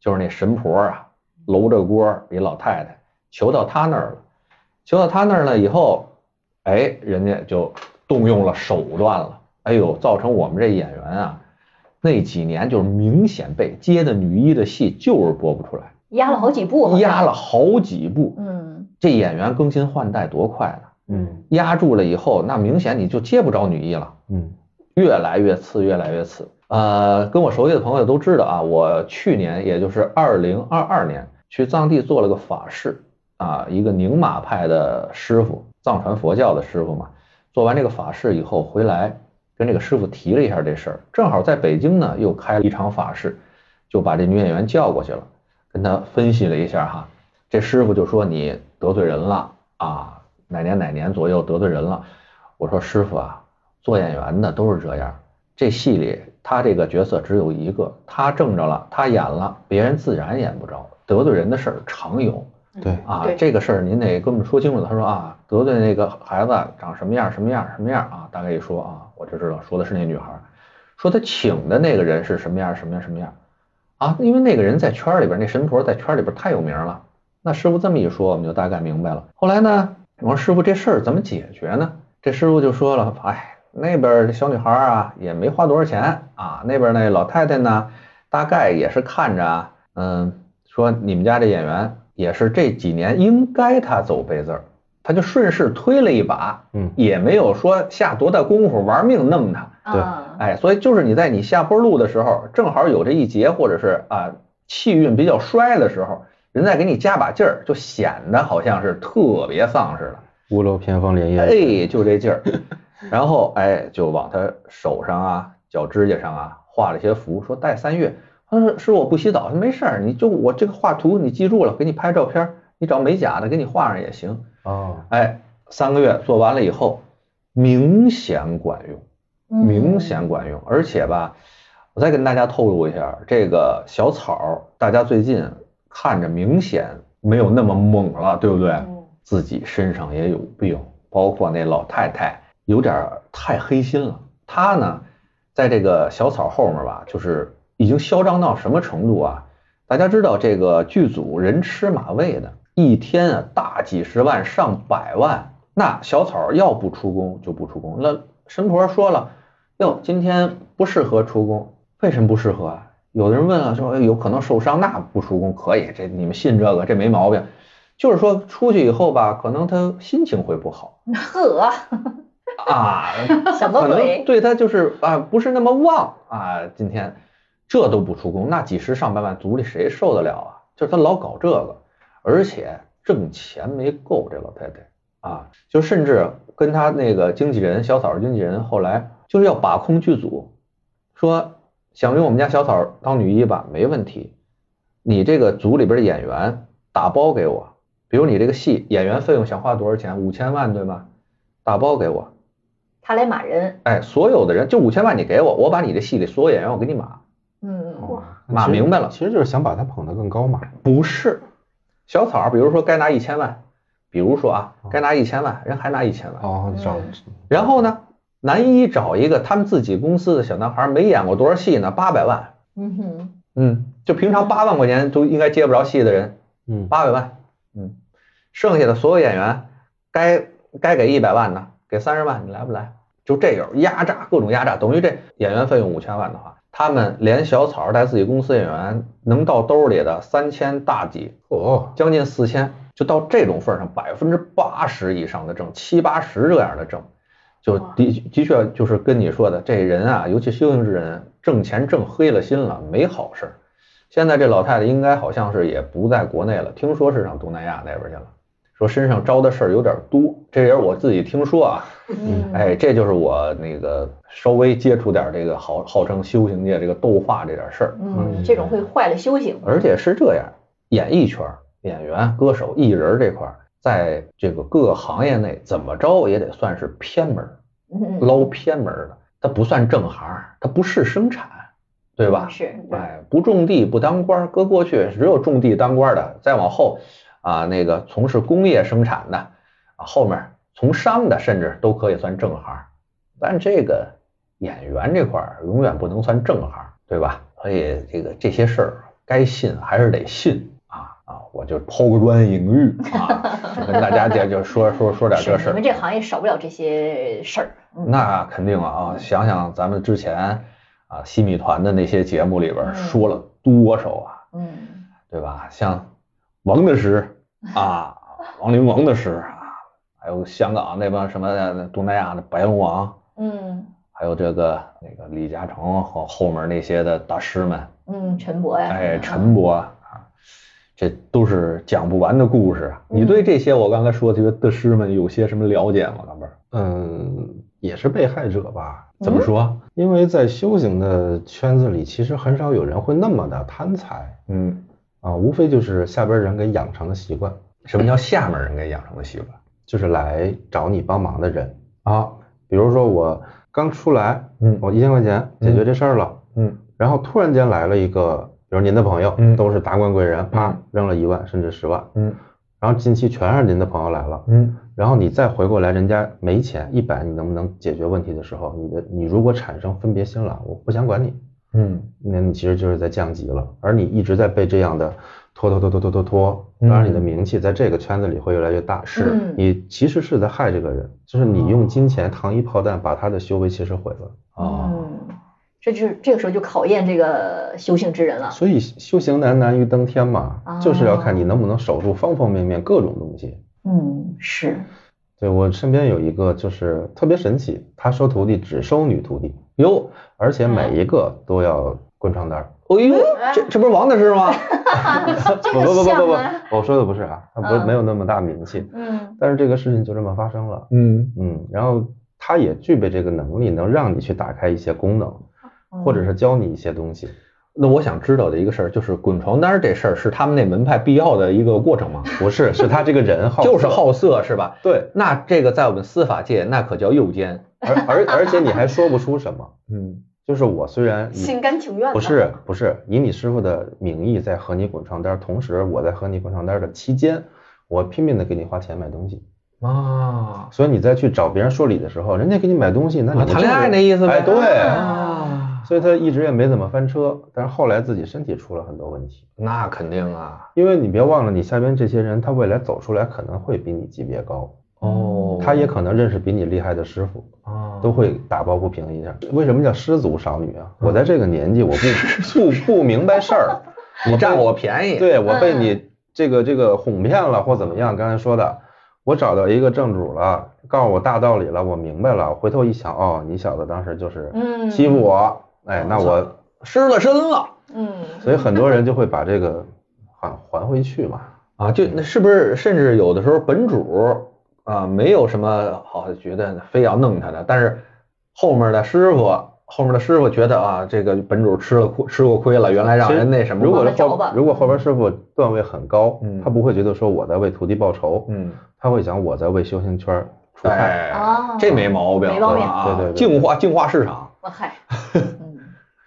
S1: 就是那神婆啊，
S2: 嗯
S1: 搂着锅儿一老太太，求到他那儿了，求到他那儿了以后，哎，人家就动用了手段了，哎呦，造成我们这演员啊，那几年就是明显被接的女一的戏就是播不出来，
S2: 压了好几步，
S1: 压了，好几部，
S2: 嗯
S1: 这演员更新换代多快呢，
S3: 嗯
S1: 压住了以后，那明显你就接不着女一了。
S3: 嗯
S1: 越来越次，越来越次。呃，跟我熟悉的朋友都知道啊，我去年也就是二零二二年去藏地做了个法事啊，一个宁玛派的师傅，藏传佛教的师傅嘛。做完这个法事以后回来，跟这个师傅提了一下这事儿，正好在北京呢又开了一场法事，就把这女演员叫过去了，跟她分析了一下哈。这师傅就说你得罪人了啊，哪年哪年左右得罪人了。我说师傅啊，做演员的都是这样，这戏里他这个角色只有一个，他正着了，他演了，别人自然演不着，得罪人的事儿常有。
S3: 对
S2: 嗯
S1: 啊
S5: 对，
S1: 这个事儿您得跟我们说清楚了。他说啊，得罪那个孩子长什么样什么样什么样啊，大概一说啊，我就知道说的是那女孩儿，说他请的那个人是什么样什么样什么样啊，因为那个人在圈儿里边，那神婆在圈儿里边太有名了。那师傅这么一说，我们就大概明白了。后来呢，我说师傅这事儿怎么解决呢？这师傅就说了，哎，那边的小女孩儿啊也没花多少钱啊，那边那老太太呢，大概也是看着啊，嗯，说你们家这演员也是这几年应该他走背字儿，他就顺势推了一把，
S3: 嗯
S1: 也没有说下多大功夫玩命弄他，
S3: 对
S2: 啊，
S1: 哎，所以就是你在你下坡路的时候，正好有这一劫，或者是啊气运比较衰的时候，人再给你加把劲儿，就显得好像是特别丧似的。
S3: 屋漏偏逢连夜雨。
S1: 哎，就这劲儿， 然后哎，就往他手上啊、脚指甲上啊画了一些符，说带三月。他说师傅我不洗澡，他说没事儿，你就我这个画图你记住了，给你拍照片儿，你找美甲的给你画上也行。
S3: 哦，
S1: 哎，三个月做完了以后，明显管用。
S5: 嗯
S1: 明显管用，而且吧，我再跟大家透露一下，这个小草儿大家最近看着明显没有那么猛了，对不对？
S5: 嗯
S1: 自己身上也有病，包括那老太太有点儿太黑心了。她呢，在这个小草后面吧，就是已经嚣张到什么程度啊？大家知道这个剧组人吃马喂的，一天啊大几十万上百万，那小草要不出工就不出工。那神婆说了，哟，今天不适合出工，为什么不适合啊？有的人问啊，说、哎、有可能受伤，那不出工可以，这你们信这个，这没毛病。就是说出去以后吧，可能他心情会不好
S2: 呵，
S1: 啊，
S2: 什么
S1: 可能
S2: 鬼？
S1: 对他就是啊不是那么旺啊。今天这都不出工，那几十上百万族里谁受得了啊？就是他老搞这个，而且挣钱没够，这老太太啊，就甚至跟他那个经纪人小草儿经纪人后来就是要把控剧组，说想用我们家小草儿当女一吧，没问题。你这个组里边的演员打包给我，比如你这个戏演员费用想花多少钱，五千万对吧？打包给我，
S2: 他来骂人，
S1: 哎，所有的人就五千万你给我，我把你这戏里所有演员我给你码
S2: 嗯，
S1: 码
S3: 其实
S1: 明白了。
S3: 其实就是想把他捧得更高嘛。
S1: 不是，小草儿比如说该拿一千万，比如说啊该拿一千万，人还拿一千万，
S3: 哦，找
S2: 嗯
S1: 然后呢，男一找一个他们自己公司的小男孩，没演过多少戏呢，八百万，
S2: 嗯哼，
S1: 嗯，就平常八万块钱都应该接不着戏的人，
S3: 嗯，
S1: 八百万，嗯，剩下的所有演员该该给一百万的，给三十万，你来不来？就这有压榨，各种压榨，等于这演员费用五千万的话，他们连小草儿带自己公司演员能到兜里的三千大几，
S3: 哦，
S1: 将近四千，就到这种份儿上，百分之八十以上的挣，七八十这样的挣，就
S5: 哇
S1: 的的确就是跟你说的，这人啊，尤其修行之人，挣钱挣黑了心了，没好事儿。现在这老太太应该好像是也不在国内了，听说是上东南亚那边去了，说身上招的事儿有点多，这也是我自己听说啊。
S2: 嗯，
S1: 哎，这就是我那个稍微接触点儿这个号号称修行界这个斗法这点事儿，
S2: 嗯，这种会坏了修行，
S1: 而且是这样，演艺圈儿、演员、歌手、艺人儿这块儿，在这个各个行业内，怎么着也得算是偏门儿，
S2: 嗯，
S1: 捞偏门儿的，它不算正行儿，它不是生产，对吧？
S2: 是，
S1: 哎，不种地不当官儿，搁过去只有种地当官儿的，再往后啊，那个从事工业生产的，啊，后面儿从商的，甚至都可以算正行儿。但这个演员这块儿永远不能算正行儿，对吧？所以这个这些事儿该信还是得信啊啊！我就抛砖引玉啊，就跟大家就就说说说点这事
S2: 是，
S1: 儿。
S2: 你们这行业少不了这些事儿，嗯
S1: 那肯定啊，想想咱们之前啊西米团的那些节目里边儿
S2: 嗯
S1: 说了多少啊，
S2: 嗯，
S1: 对吧？像王德时啊，王灵王的时啊，还有香港那帮什么的东南亚的白龙王，
S2: 嗯
S1: 还有这个那个李嘉诚和后面那些的大师们，
S2: 嗯，陈博呀，
S1: 哎，陈伯啊，这都是讲不完的故事啊。你对这些我刚才说的这些大师们有些什么了解吗？老妹儿，
S3: 嗯，也是被害者吧？
S1: 怎么说？
S3: 因为在修行的圈子里，其实很少有人会那么的贪财
S1: 嗯，
S3: 啊，无非就是下边人给养成的习惯，
S1: 什么叫下面人给养成的习惯
S3: 就是来找你帮忙的人。
S1: 啊？
S3: 比如说我刚出来，
S1: 嗯
S3: 我一千块钱解决这事儿了，
S1: 嗯
S3: 然后突然间来了一个，比如您的朋友，
S1: 嗯
S3: 都是达官贵人，啪
S1: 嗯
S3: 扔了一万甚至十万，
S1: 嗯
S3: 然后近期全是您的朋友来了，
S1: 嗯
S3: 然后你再回过来，人家没钱一百，你能不能解决问题的时候，你的你如果产生分别心了，我不想管你，
S1: 嗯
S3: 那你其实就是在降级了，而你一直在被这样的拖拖拖拖拖拖拖，当然你的
S1: 嗯
S3: 名气在这个圈子里会越来越大，
S2: 是嗯
S3: 你其实是在害这个人，就是你用金钱糖衣炮弹把他的修为其实毁了，
S1: 哦，
S2: 嗯，这就是这个时候就考验这个修行之人了。
S3: 所以修行难难于登天嘛，就是要看你
S2: 哦
S3: 能不能守住方方面面各种东西。
S2: 嗯，是，
S3: 对我身边有一个就是特别神奇，他收徒弟只收女徒弟，
S1: 哟，
S3: 而且
S2: 嗯
S3: 每一个都要滚床单儿。
S1: 哎呦，这这不是王大师吗？
S2: 这个
S3: 不不不
S2: 像
S3: 不
S2: 啊，
S3: 不，我说的不是啊，他不
S2: 嗯
S3: 没有那么大名气，
S2: 嗯
S3: 但是这个事情就这么发生了。
S1: 嗯
S3: 嗯，然后他也具备这个能力，能让你去打开一些功能，或者是教你一些东西。
S1: 那我想知道的一个事儿就是滚床单儿这事儿是他们那门派必要的一个过程吗？
S3: 不是，是他这个人好，
S1: 就是。好色是吧？
S3: 对，
S1: 那这个在我们司法界那可叫诱奸。
S3: 而而而且你还说不出什么。
S1: 嗯
S3: 就是我虽然以
S5: 心甘情愿的。
S3: 不嗯是不是以你师傅的名义在和你滚床单儿，同时我在和你滚床单儿的期间，我拼命的给你花钱买东西。
S1: 啊
S3: 所以你再去找别人说理的时候，人家给你买东西，那你
S1: 啊
S3: 不
S1: 谈恋
S3: 就是
S1: 爱那意思呗
S3: 哎，对，
S1: 啊，
S3: 所以他一直也没怎么翻车，但是后来自己身体出了很多问题。
S1: 那肯定啊。
S3: 因为你别忘了，你下边这些人，他未来走出来可能会比你级别高，
S1: 哦，
S3: 他也可能认识比你厉害的师傅，
S1: 啊
S3: 都会打抱不平一下。为什么叫失足少女啊？我在这个年纪，我不不不明白事儿，
S1: 你占
S3: 被
S1: 我便宜。，
S3: 对我被你这个这个哄骗了或怎么样？刚才说的，我找到一个正主了，告诉我大道理了，我明白了。回头一想，哦，你小子当时就是
S2: 嗯
S3: 欺负我，哎，那我
S1: 失了身了
S2: 嗯，
S3: 所以很多人就会把这个还还回去嘛。
S1: 啊！就那是不是？甚至有的时候本主啊没有什么好觉得非要弄他的，但是后面的师傅，后面的师傅觉得啊，这个本主吃了亏，吃过亏了，原来让人那什么了。
S3: 如果
S2: 往
S3: 是
S2: 那找
S3: 后
S2: 吧
S3: 如果后边师傅段位很高
S1: 嗯，
S3: 他不会觉得说我在为徒弟报仇，
S1: 嗯，
S3: 他会想我在为修行圈儿出汗。
S1: 哎，
S2: 啊
S1: 这没毛病，
S2: 没毛病
S1: 是吧啊
S3: 对对对对
S1: 净化净化市场
S2: 我 嗨，嗯，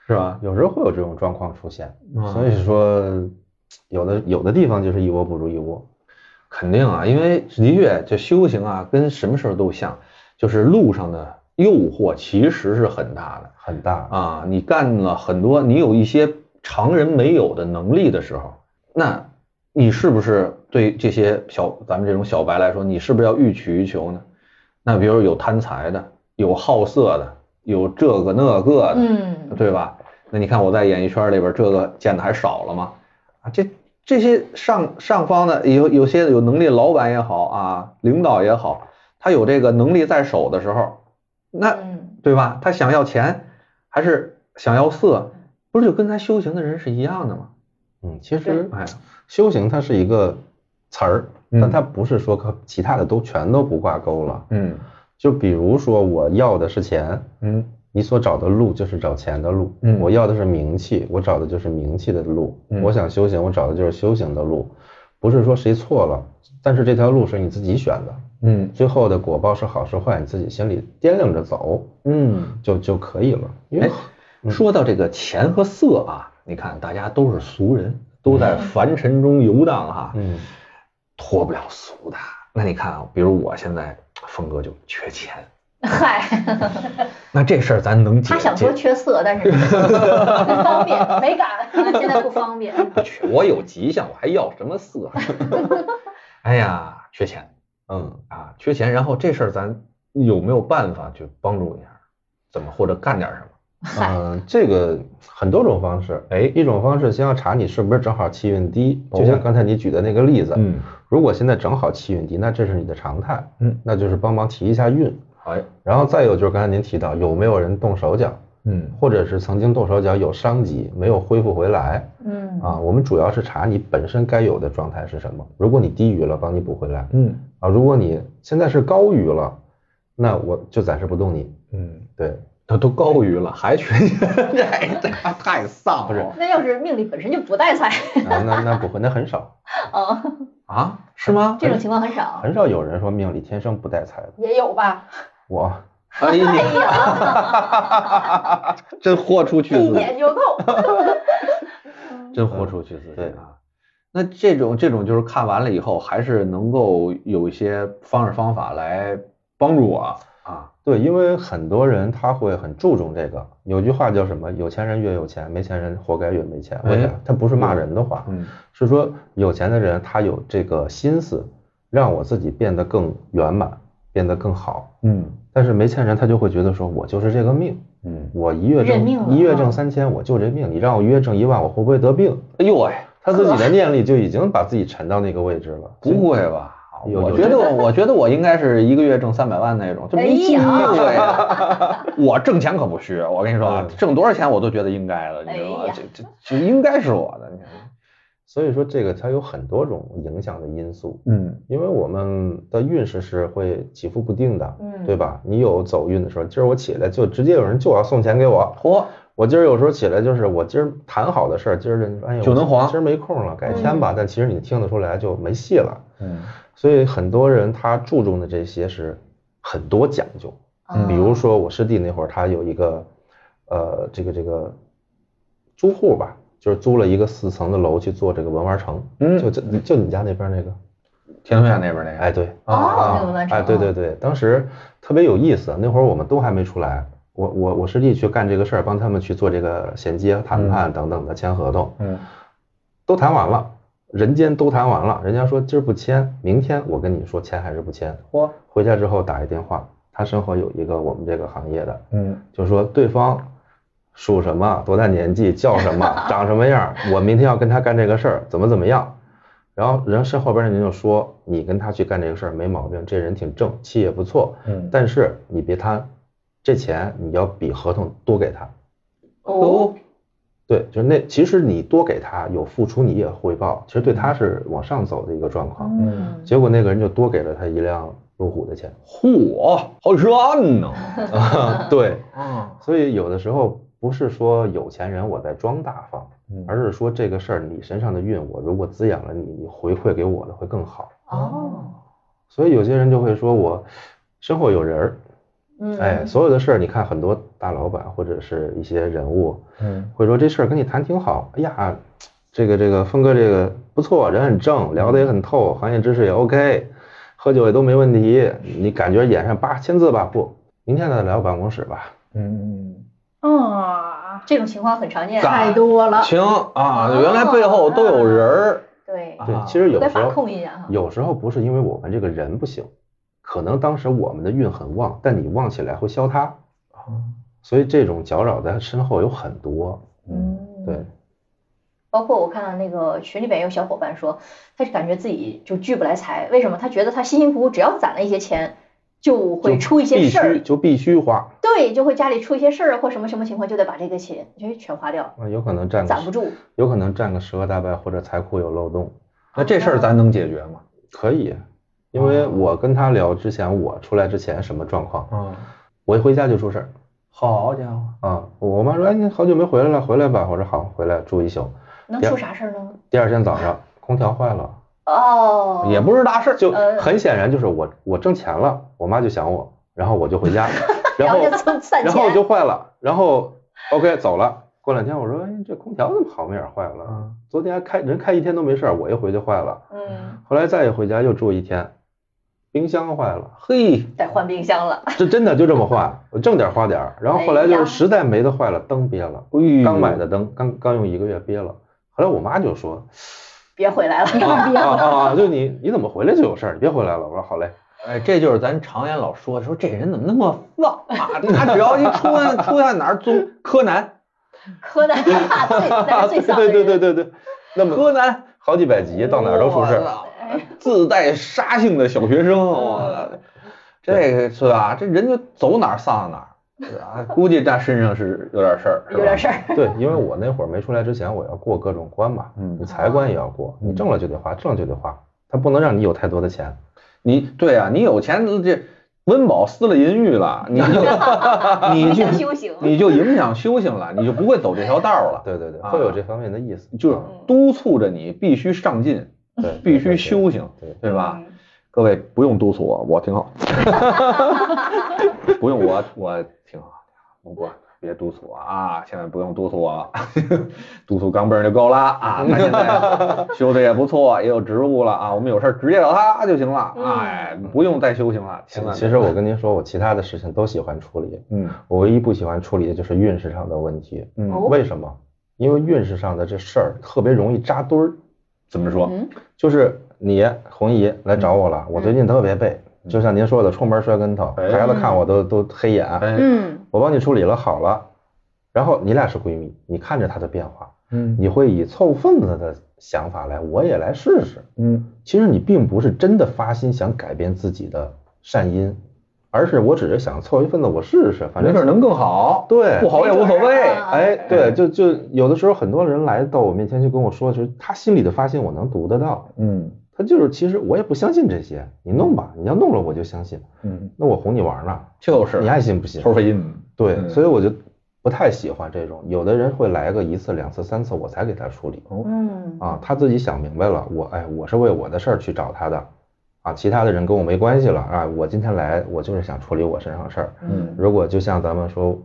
S1: 是吧？
S3: 有时候会有这种状况出现，所
S1: 以
S3: 以说有的有的地方就是一窝不如一窝。
S1: 肯定啊，因为的确这修行啊，跟什么事儿都像，就是路上的诱惑其实是很大的
S3: 很大。
S1: 啊。你干了很多，你有一些常人没有的能力的时候，那你是不是对这些小咱们这种小白来说，你是不是要欲取于求呢？那比如有贪财的，有好色的，有这个那个
S3: 啊
S1: 的，
S2: 嗯，
S1: 对吧？那你看我在演艺圈里边，这个见的还少了吗？啊，这这些上上方的有有些有能力，老板也好啊，领导也好，他有这个能力在手的时候，
S3: 啊
S1: 那
S2: 嗯
S1: 对吧？他想要钱还是想要色，不是就跟他修行的人是一样的吗？
S3: 嗯，其实
S1: 哎，
S3: 修行它是一个词儿，
S1: 嗯
S3: 但它不是说和其他的都全都不挂钩了。
S1: 嗯
S3: 就比如说我要的是钱，
S1: 嗯
S3: 你所找的路就是找钱的路；
S1: 嗯
S3: 我要的是名气，我找的就是名气的路；
S1: 嗯
S3: 我想修行，我找的就是修行的路。不是说谁错了，但是这条路是你自己选的，
S1: 嗯
S3: 最后的果报是好是坏，你自己心里掂量着走
S1: 嗯。
S3: 就就可以了。因为
S1: 哎，说到这个钱和色啊，你看大家都是俗人，都在凡尘中游荡哈、
S3: 嗯，
S1: 脱不了俗的。那你看啊，比如我现在峰哥就缺钱，
S2: 嗨，
S1: 那这事儿咱 能解
S2: 他想说
S1: 决。
S2: 缺色， 但是不方便，没敢，现在不方便。
S1: 缺我有吉祥，我还要什么色？ 哎呀，缺钱，嗯啊，缺钱。然后这事儿咱有没有办法去帮助一下？怎么或者干点什么？
S2: 嗨，
S3: 嗯，这个很多种方式。哎，一种方式先要查你是不是正好气运低，
S1: 哦
S3: 就像刚才你举的那个例子。
S1: 嗯，
S3: 如果现在正好气运低，那这是你的常态。
S1: 嗯，
S3: 那就是帮忙提一下运。
S1: 哎，
S3: 然后再有就是刚才您提到有没有人动手脚，
S1: 嗯
S3: 或者是曾经动手脚有伤及没有恢复回来
S2: 嗯
S3: 啊？我们主要是查你本身该有的状态是什么。如果你低于了，帮你补回来
S1: 嗯
S3: 啊；如果你现在是高于了，那我就暂时不动你。
S1: 嗯，
S3: 对，
S1: 那都高于了，还缺钱，这这太丧了
S2: 哦那要是命里本身就不带财
S3: 啊、那那不会，那很少。
S2: 啊，
S1: 啊？是吗？
S2: 这种情况很少。
S3: 很少有人说命里天生不带财的。
S5: 也有吧，
S3: 我
S1: 哎呀， 真豁出去
S2: 一
S1: 自己，
S2: 点就够。
S1: 真豁出去自己
S3: 对
S1: 啊！那这种这种就是看完了以后，还是能够有一些方式方法来帮助我啊。
S3: 对，因为很多人他会很注重这个，有句话叫什么？有钱人越有钱，没钱人活该越没钱。为啥
S1: 哎？
S3: 他不是骂人的话，
S1: 嗯
S3: 是说有钱的人他有这个心思，让我自己变得更圆满，变得更好。
S1: 嗯
S3: 但是没钱人他就会觉得说，我就是这个命，
S1: 嗯。
S3: 我一月
S2: 认命了
S3: 挣一月挣
S2: 啊
S3: 三千，我就这命。你让我一月挣一万，我会不会得病？
S1: 哎呦喂，
S3: 他自己的念力就已经把自己沉到那个位置了。
S1: 不会吧？
S3: 有
S1: 我
S3: 有
S1: 觉得我我觉得我应该是一个月挣三百万那种，就没劲
S2: 哎
S1: 六位。我挣钱可不虚，我跟你说啊，
S3: 嗯
S1: 挣多少钱我都觉得应该的，你知道
S2: 哎
S1: 吗
S2: 呀？
S1: 这这这应该是我的，你看。
S3: 所以说这个它有很多种影响的因素，
S1: 嗯
S3: 因为我们的运势是会起伏不定的，
S2: 嗯
S3: 对吧？你有走运的时候，今儿我起来就直接有人就要送钱给我，嚯！我今儿有时候起来就是我今儿谈好的事儿，今儿人说哎呦
S1: 九能黄
S3: 今儿没空了，改天吧。但其实你听得出来就没戏了，
S1: 嗯
S3: 所以很多人他注重的这些是很多讲究，
S2: 啊
S1: 嗯
S3: 比如说我师弟那会儿，他有一个，呃，这个这个租户吧，就是租了一个四层的楼去做这个文玩城，
S1: 嗯
S3: 就就就你家那边那个，
S1: 天通苑那边那个，啊
S3: 哎，对，
S2: 哦，那个文玩城
S3: 哎，对对对，当时特别有意思，那会儿我们都还没出来，我我我师弟去干这个事儿，帮他们去做这个衔接、谈判等等的签合同，
S1: 嗯
S3: 都谈完了，人间都谈完了，人家说今儿不签，明天我跟你说签还是不签，
S1: 嚯，
S3: 回家之后打一电话，他身后有一个我们这个行业的。
S1: 嗯
S3: 就说对方属什么，多大年纪，叫什么，长什么样儿，我明天要跟他干这个事儿，怎么怎么样。然后人身后边人就说，你跟他去干这个事儿没毛病，这人挺正，气也不错，
S1: 嗯
S3: 但是你别贪，这钱你要比合同多给他。
S2: 哦，
S3: 对，就是那其实你多给他有付出，你也有回报，其实对他是往上走的一个状况。
S2: 嗯，
S3: 结果那个人就多给了他一辆路虎的钱。
S1: 嚯，好赚呢。
S3: 对，
S1: 啊，
S3: 所以有的时候不是说有钱人我在装大方，
S1: 嗯
S3: 而是说这个事儿你身上的运，我如果滋养了你，你回馈给我的会更好。
S2: 哦，
S3: 所以有些人就会说我身后有人儿，
S2: 嗯，
S3: 哎，所有的事儿你看很多大老板或者是一些人物
S1: 嗯
S3: 会说这事儿跟你谈挺好，哎呀，这个这个峰哥这个不错，人很正，聊得也很透，行业知识也 OK，喝酒也都没问题，你感觉演上八签字吧不，明天再来我办公室吧，
S1: 嗯
S5: 嗯，
S2: 这种情况很常见，
S1: 干
S5: 太多了
S1: 嗯，。行啊，原来背后都有人儿，
S2: 对，
S3: 对
S1: 啊，
S3: 其实有
S2: 再
S3: 时
S2: 把
S3: 候
S2: 控一下啊哈
S3: 有时候不是因为我们这个人不行，可能当时我们的运很旺，但你旺起来会消他，
S1: 啊
S3: 所以这种搅扰在身后有很多。
S2: 嗯，
S3: 对，
S2: 包括我看到那个群里边有小伙伴说，他是感觉自己就聚不来财，为什么？他觉得他辛辛苦苦只要攒了一些钱，就会出一些
S3: 必
S2: 事儿
S3: 须，就必须花，
S2: 对，就会家里出一些事儿或什么什么情况，就得把这个钱就全花掉，
S3: 啊，有可能占个
S2: 攒不住。
S3: 有可能占个十个大败或者财库有漏洞，
S1: 那这事儿咱能解决吗？
S3: 可以。因
S2: 哦
S3: 为我跟他聊之前，我出来之前什么状况，
S1: 嗯，
S3: 我一回家就出事儿
S1: 好家伙，
S3: 啊！我妈说：“哎，你好久没回来了，回来吧。”我说：“好，回来住一宿。
S2: 能
S3: 第二
S2: 出啥事儿呢？”
S3: 第二天早上，空调坏了，
S2: 哦，
S1: 也不是大事儿，
S3: 就
S2: 呃
S3: 很显然就是我我挣钱了，我妈就想我，然后我就回家，然后
S2: 然后就散
S3: 然后
S2: 钱
S3: 就坏了，然后 OK 走了。过两天我说，哎，这空调怎么好没点坏了？
S1: 嗯
S3: 昨天还开人开一天都没事儿，我一回就坏了。
S2: 嗯，
S3: 后来再一回家又住一天，冰箱坏 了，
S1: 嘿，
S2: 得换冰箱了。
S3: 这真的就这么坏，我挣点儿花点儿。然后后来
S2: 哎
S3: 就是
S2: 呀
S3: 实在没得坏了，灯憋了，
S1: 哎
S3: 刚买的灯，刚刚用一个月憋了。后来我妈就说，
S2: 别回来了，
S3: 啊啊啊，就你你怎么回来就有事儿，你别回来了。我说好嘞。
S1: 哎，这就是咱常言老说，说这人怎么那么丧啊？他只要一出现 出现哪儿，总柯南，
S2: 柯南 最 那是最丧的
S3: 对
S2: 人。
S3: 对对对对，那么
S1: 柯南
S3: 好几百集到哪儿都出事儿。，
S2: 哎， 嗯
S1: 自带杀性的小学生，我这个是吧？这人就走哪儿丧哪儿。是吧？估计他身上是有点事儿，是吧
S2: 有点事儿。
S3: 对，因为我那会儿没出来之前，我要过各种关嘛，
S1: 嗯
S3: 你财关也要过，你挣了就得花，挣了就得花，它不能让你有太多的钱。
S1: 你对啊，你有钱这温饱思了淫欲了，你 就你就
S2: 想修行。
S1: 你就影响修行了，你就不会走这条道儿了。
S3: 对对对，
S1: 啊
S3: 会有这方面的意思，
S1: 就是督促着你必须上进，
S3: 对对
S1: 必须修行，
S3: 对对
S1: 对吧
S2: 嗯？
S1: 各位不用督 促我，我挺好。不用我，我挺好，我我别督促我啊，现在不用督促我， 督促钢镚儿就够了啊。他现 在修的也不错，也有职务了啊，我们有事儿直接找他就行了，
S2: 嗯
S1: 哎，不用再修行啊了。现在
S3: 其实我跟您说，我其他的事情都喜欢处理，
S1: 嗯
S3: 我唯一不喜欢处理的就是运势上的问题。
S1: 嗯，
S2: 哦
S3: 为什么？因为运势上的这事儿特别容易扎堆儿。
S1: 怎么说？
S2: 嗯，
S3: 就是你红姨来找我了，我最近特别背，就像您说的，出门摔跟头，
S1: 哎
S3: 孩子看我都都黑眼，啊
S1: 哎
S2: 嗯，
S3: 我帮你处理了，好了。然后你俩是闺蜜，你看着她的变化，
S1: 嗯
S3: 你会以凑份子的想法来，我也来试试。
S1: 嗯
S3: 其实你并不是真的发心想改变自己的善因，而是我只是想凑一份子，我试试，反
S1: 没
S3: 正
S1: 准儿能更好，
S3: 对
S1: 不好也无所
S2: 没准
S1: 谓
S2: 儿。啊
S3: 哎，对，就就有的时候很多人来到我面前去跟我说，就是他心里的发心我能读得到，
S1: 嗯
S3: 他就是其实我也不相信这些，你弄吧，你要弄了我就相信，
S1: 嗯，
S3: 那我哄你玩呢，
S1: 就是
S3: 你爱信不信？
S1: 抽费印。
S3: 对，
S1: 嗯
S3: 所以我就不太喜欢这种，有的人会来个一次、两次、三次，我才给他处理
S2: 嗯，
S3: 啊，他自己想明白了，我哎，我是为我的事儿去找他的。啊，其他的人跟我没关系了啊！我今天来，我就是想处理我身上的事儿。
S2: 嗯
S3: 如果就像咱们说，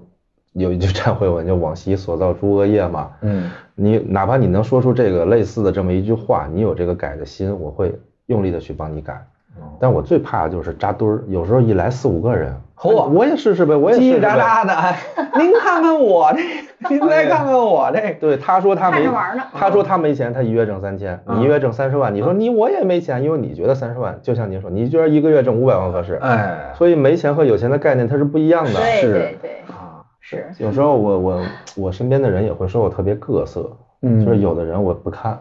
S3: 有一句忏悔文，就往昔所造诸恶业嘛，
S1: 嗯
S3: 你哪怕你能说出这个类似的这么一句话，你有这个改的心，我会用力的去帮你改。
S1: 嗯
S3: 但我最怕的就是扎堆儿，有时候一来四五个人，
S1: 嚯
S3: 哎我也试试呗，我也试
S1: 叽
S3: 试
S1: 叽喳
S3: 呗。
S1: 喳的，哎您看看 我这，您来看看我哎这，
S3: 对，他说他
S5: 看
S3: 没
S5: 着，玩呢。
S3: 他说他没钱，他一月挣三千，
S1: 嗯
S3: 你一月挣三十万，你说你我也没钱，因为你觉得三十万，就像您说，你觉得一个月挣五百万合适，
S1: 哎，
S3: 所以没钱和有钱的概念它是不一样的。
S2: 对
S1: 是
S2: 对对，
S1: 啊，
S2: 是，
S3: 有时候我我我身边的人也会说我特别各色，
S1: 嗯
S3: 就是有的人我不看，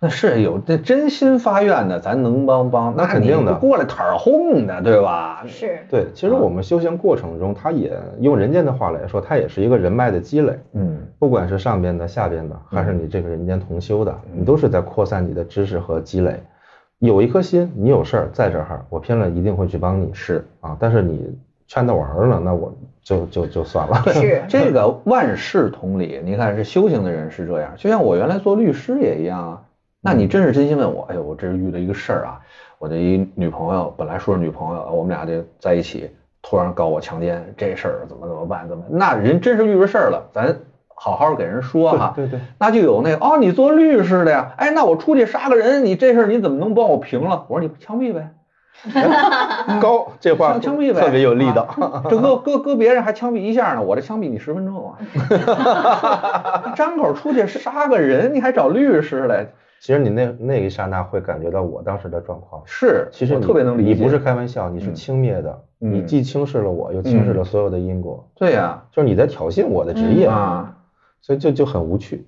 S1: 那是有这真心发愿的，咱能帮帮，
S3: 那肯定的
S1: 你不过来摊儿哄的，对吧？
S2: 是，
S3: 对，其实
S1: 嗯
S3: 我们修行过程中，它也用人间的话来说，它也是一个人脉的积累。
S1: 嗯
S3: 不管是上边的、下边的，还是你这个人间同修的，
S1: 嗯
S3: 你都是在扩散你的知识和积累。有一颗心，你有事儿在这儿，我偏了一定会去帮你。是啊，但是你劝着玩儿了，那我就就就算了。
S2: 是
S1: 这个万事同理，你看是修行的人是这样，就像我原来做律师也一样啊。那你真是真心问我，哎呦，我这遇到一个事儿啊，我这一女朋友本来说是女朋友，我们俩就在一起，突然告我强奸，这事儿怎么怎么办？怎么？那人真是遇着事儿了，咱好好给人说哈。
S3: 对对，
S1: 那就有那个哦，你做律师的呀，哎，那我出去杀个人，你这事儿你怎么能帮我平了？我说你枪毙呗，嗯
S3: 高这话
S1: 枪枪毙呗，
S3: 特别有力道。
S1: 啊这搁搁搁别人还枪毙一下呢，我这枪毙你十分钟啊！ 张口出去杀个人，你还找律师来？
S3: 其实你那那一刹那会感觉到我当时的状况。
S1: 是，
S3: 其实
S1: 我
S3: 你
S1: 特别能理解。
S3: 你不是开玩笑，你是
S1: 嗯
S3: 轻蔑的，
S1: 嗯
S3: 你既轻视了我，又轻视了所有的因果，
S1: 对呀、
S3: 就是你在挑衅我的职业，
S2: 嗯
S1: 啊，
S3: 所以就就很无趣。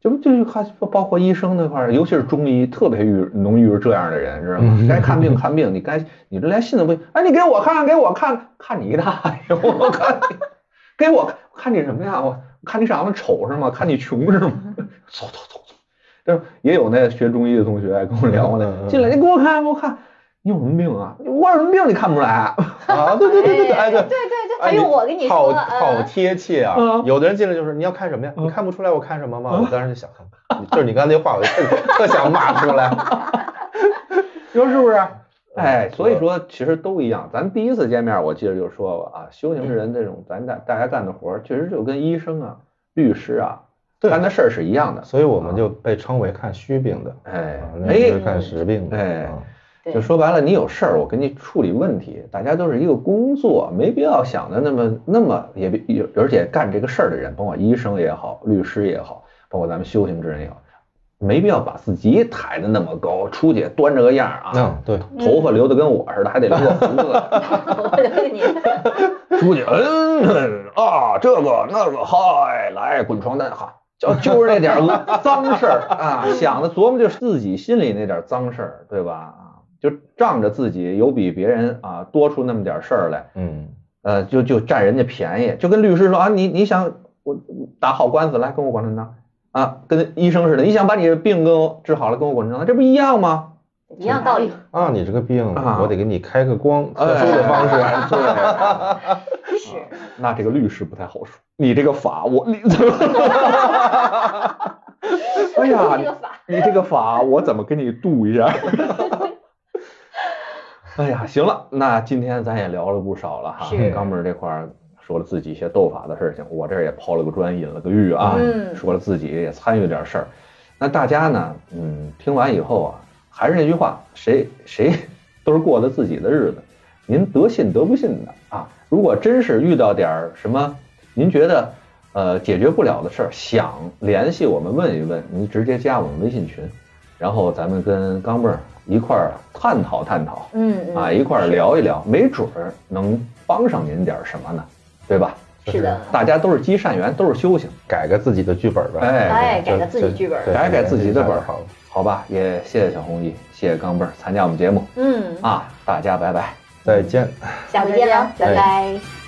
S1: 这不就是看包括医生那块儿，尤其是中医，特别遇能遇着这样的人，知道 吗？该看病看病，你该你这连信都不信，哎，你给我看，给我看，看你大爷， 我看你，给我看看你什么呀？我看你长得丑是吗？看你穷是吗？ 走走走走，这也有那学中医的同学跟我聊
S3: 嗯嗯
S1: 呢，
S3: 嗯
S1: 进来你给我看，给我看，你有什么病啊？我有什么病你看不出来？
S3: 啊，对对对对对，哎对
S2: 对。对对，
S3: 哎
S2: 还用我跟你
S3: 好
S2: 说，
S3: 好
S2: 嗯，
S3: 贴切啊！
S1: 嗯
S3: 有的人进来就是你要看什么呀？
S1: 嗯
S3: 你看不出来我看什么吗？我当时就想，就是你刚才那话，我就特特想骂出 来。
S1: 你说是不是？哎，
S3: 嗯
S1: 所以说其实都一样。咱第一次见面，我记得就说过啊，修行人这种咱大大家干的活儿，确实就跟医生啊、律师啊
S3: 对
S1: 干的事儿是一样的。
S3: 所以我们就被称为看虚病的，
S1: 哎
S3: 啊那就是
S2: 哎
S3: 看实病的。
S1: 哎
S3: 啊
S2: 对
S1: 就说白了，你有事儿，我给你处理问题。大家都是一个工作，没必要想的那么那么也别也，而且干这个事儿的人，甭管医生也好，律师也好，包括咱们修行之人也好，没必要把自己抬得那么高，出去端着个样儿啊，
S3: 嗯，对，
S1: 头发留的跟我似的，还得留个胡子。
S2: 我跟你，
S1: 出去，嗯啊，这个那个，嗨，来滚床单哈，就就是那点儿脏事儿啊，想的琢磨就是自己心里那点儿脏事儿，对吧？啊，就仗着自己有比别人啊多出那么点儿事儿来，
S3: 嗯，
S1: 呃，就就占人家便宜，就跟律师说啊，你你想我打好官司来跟我管传单啊，跟医生似的，你想把你的病跟我治好了跟我管传单，这不一样吗？
S2: 一样道理，
S3: 啊，你这个病，
S1: 啊
S3: 我得给你开个光，特殊
S1: 哎
S3: 的方式。
S1: 对。啊
S2: 是，
S1: 那这个律师不太好说，你这个法我你怎么？哎呀，
S2: 这个法
S1: 你你这个法我怎么给你度一 下？哎呀，行了，那今天咱也聊了不少了哈
S2: 是，
S1: 钢镚儿这块儿说了自己一些斗法的事情，我这儿也抛了个砖，引了个玉啊，
S2: 嗯
S1: 说了自己也参与点事儿。那大家呢，嗯，听完以后啊，还是那句话，谁谁 都是过的自己的日子，您得信得不信的啊。如果真是遇到点儿什么，您觉得呃解决不了的事儿，想联系我们问一问，您直接加我们微信群，然后咱们跟钢镚儿一块儿探讨探讨。
S2: 嗯
S1: 啊，一块儿聊一聊，没准儿能帮上您点儿什么呢，对吧？
S2: 是的，
S1: 大家都是积善缘，都是修行，
S3: 改个自己的剧本吧。
S1: 哎，
S2: 哎，改个自己
S3: 这
S2: 剧本儿，
S3: 对
S1: 改改自己的本嗯儿
S3: 好了。
S1: 好吧，也谢谢小红衣，谢谢钢镚儿参加我们节目
S2: 嗯，
S1: 啊，大家拜拜。
S3: 再见。
S2: 下回见了，
S3: 哎
S2: 拜拜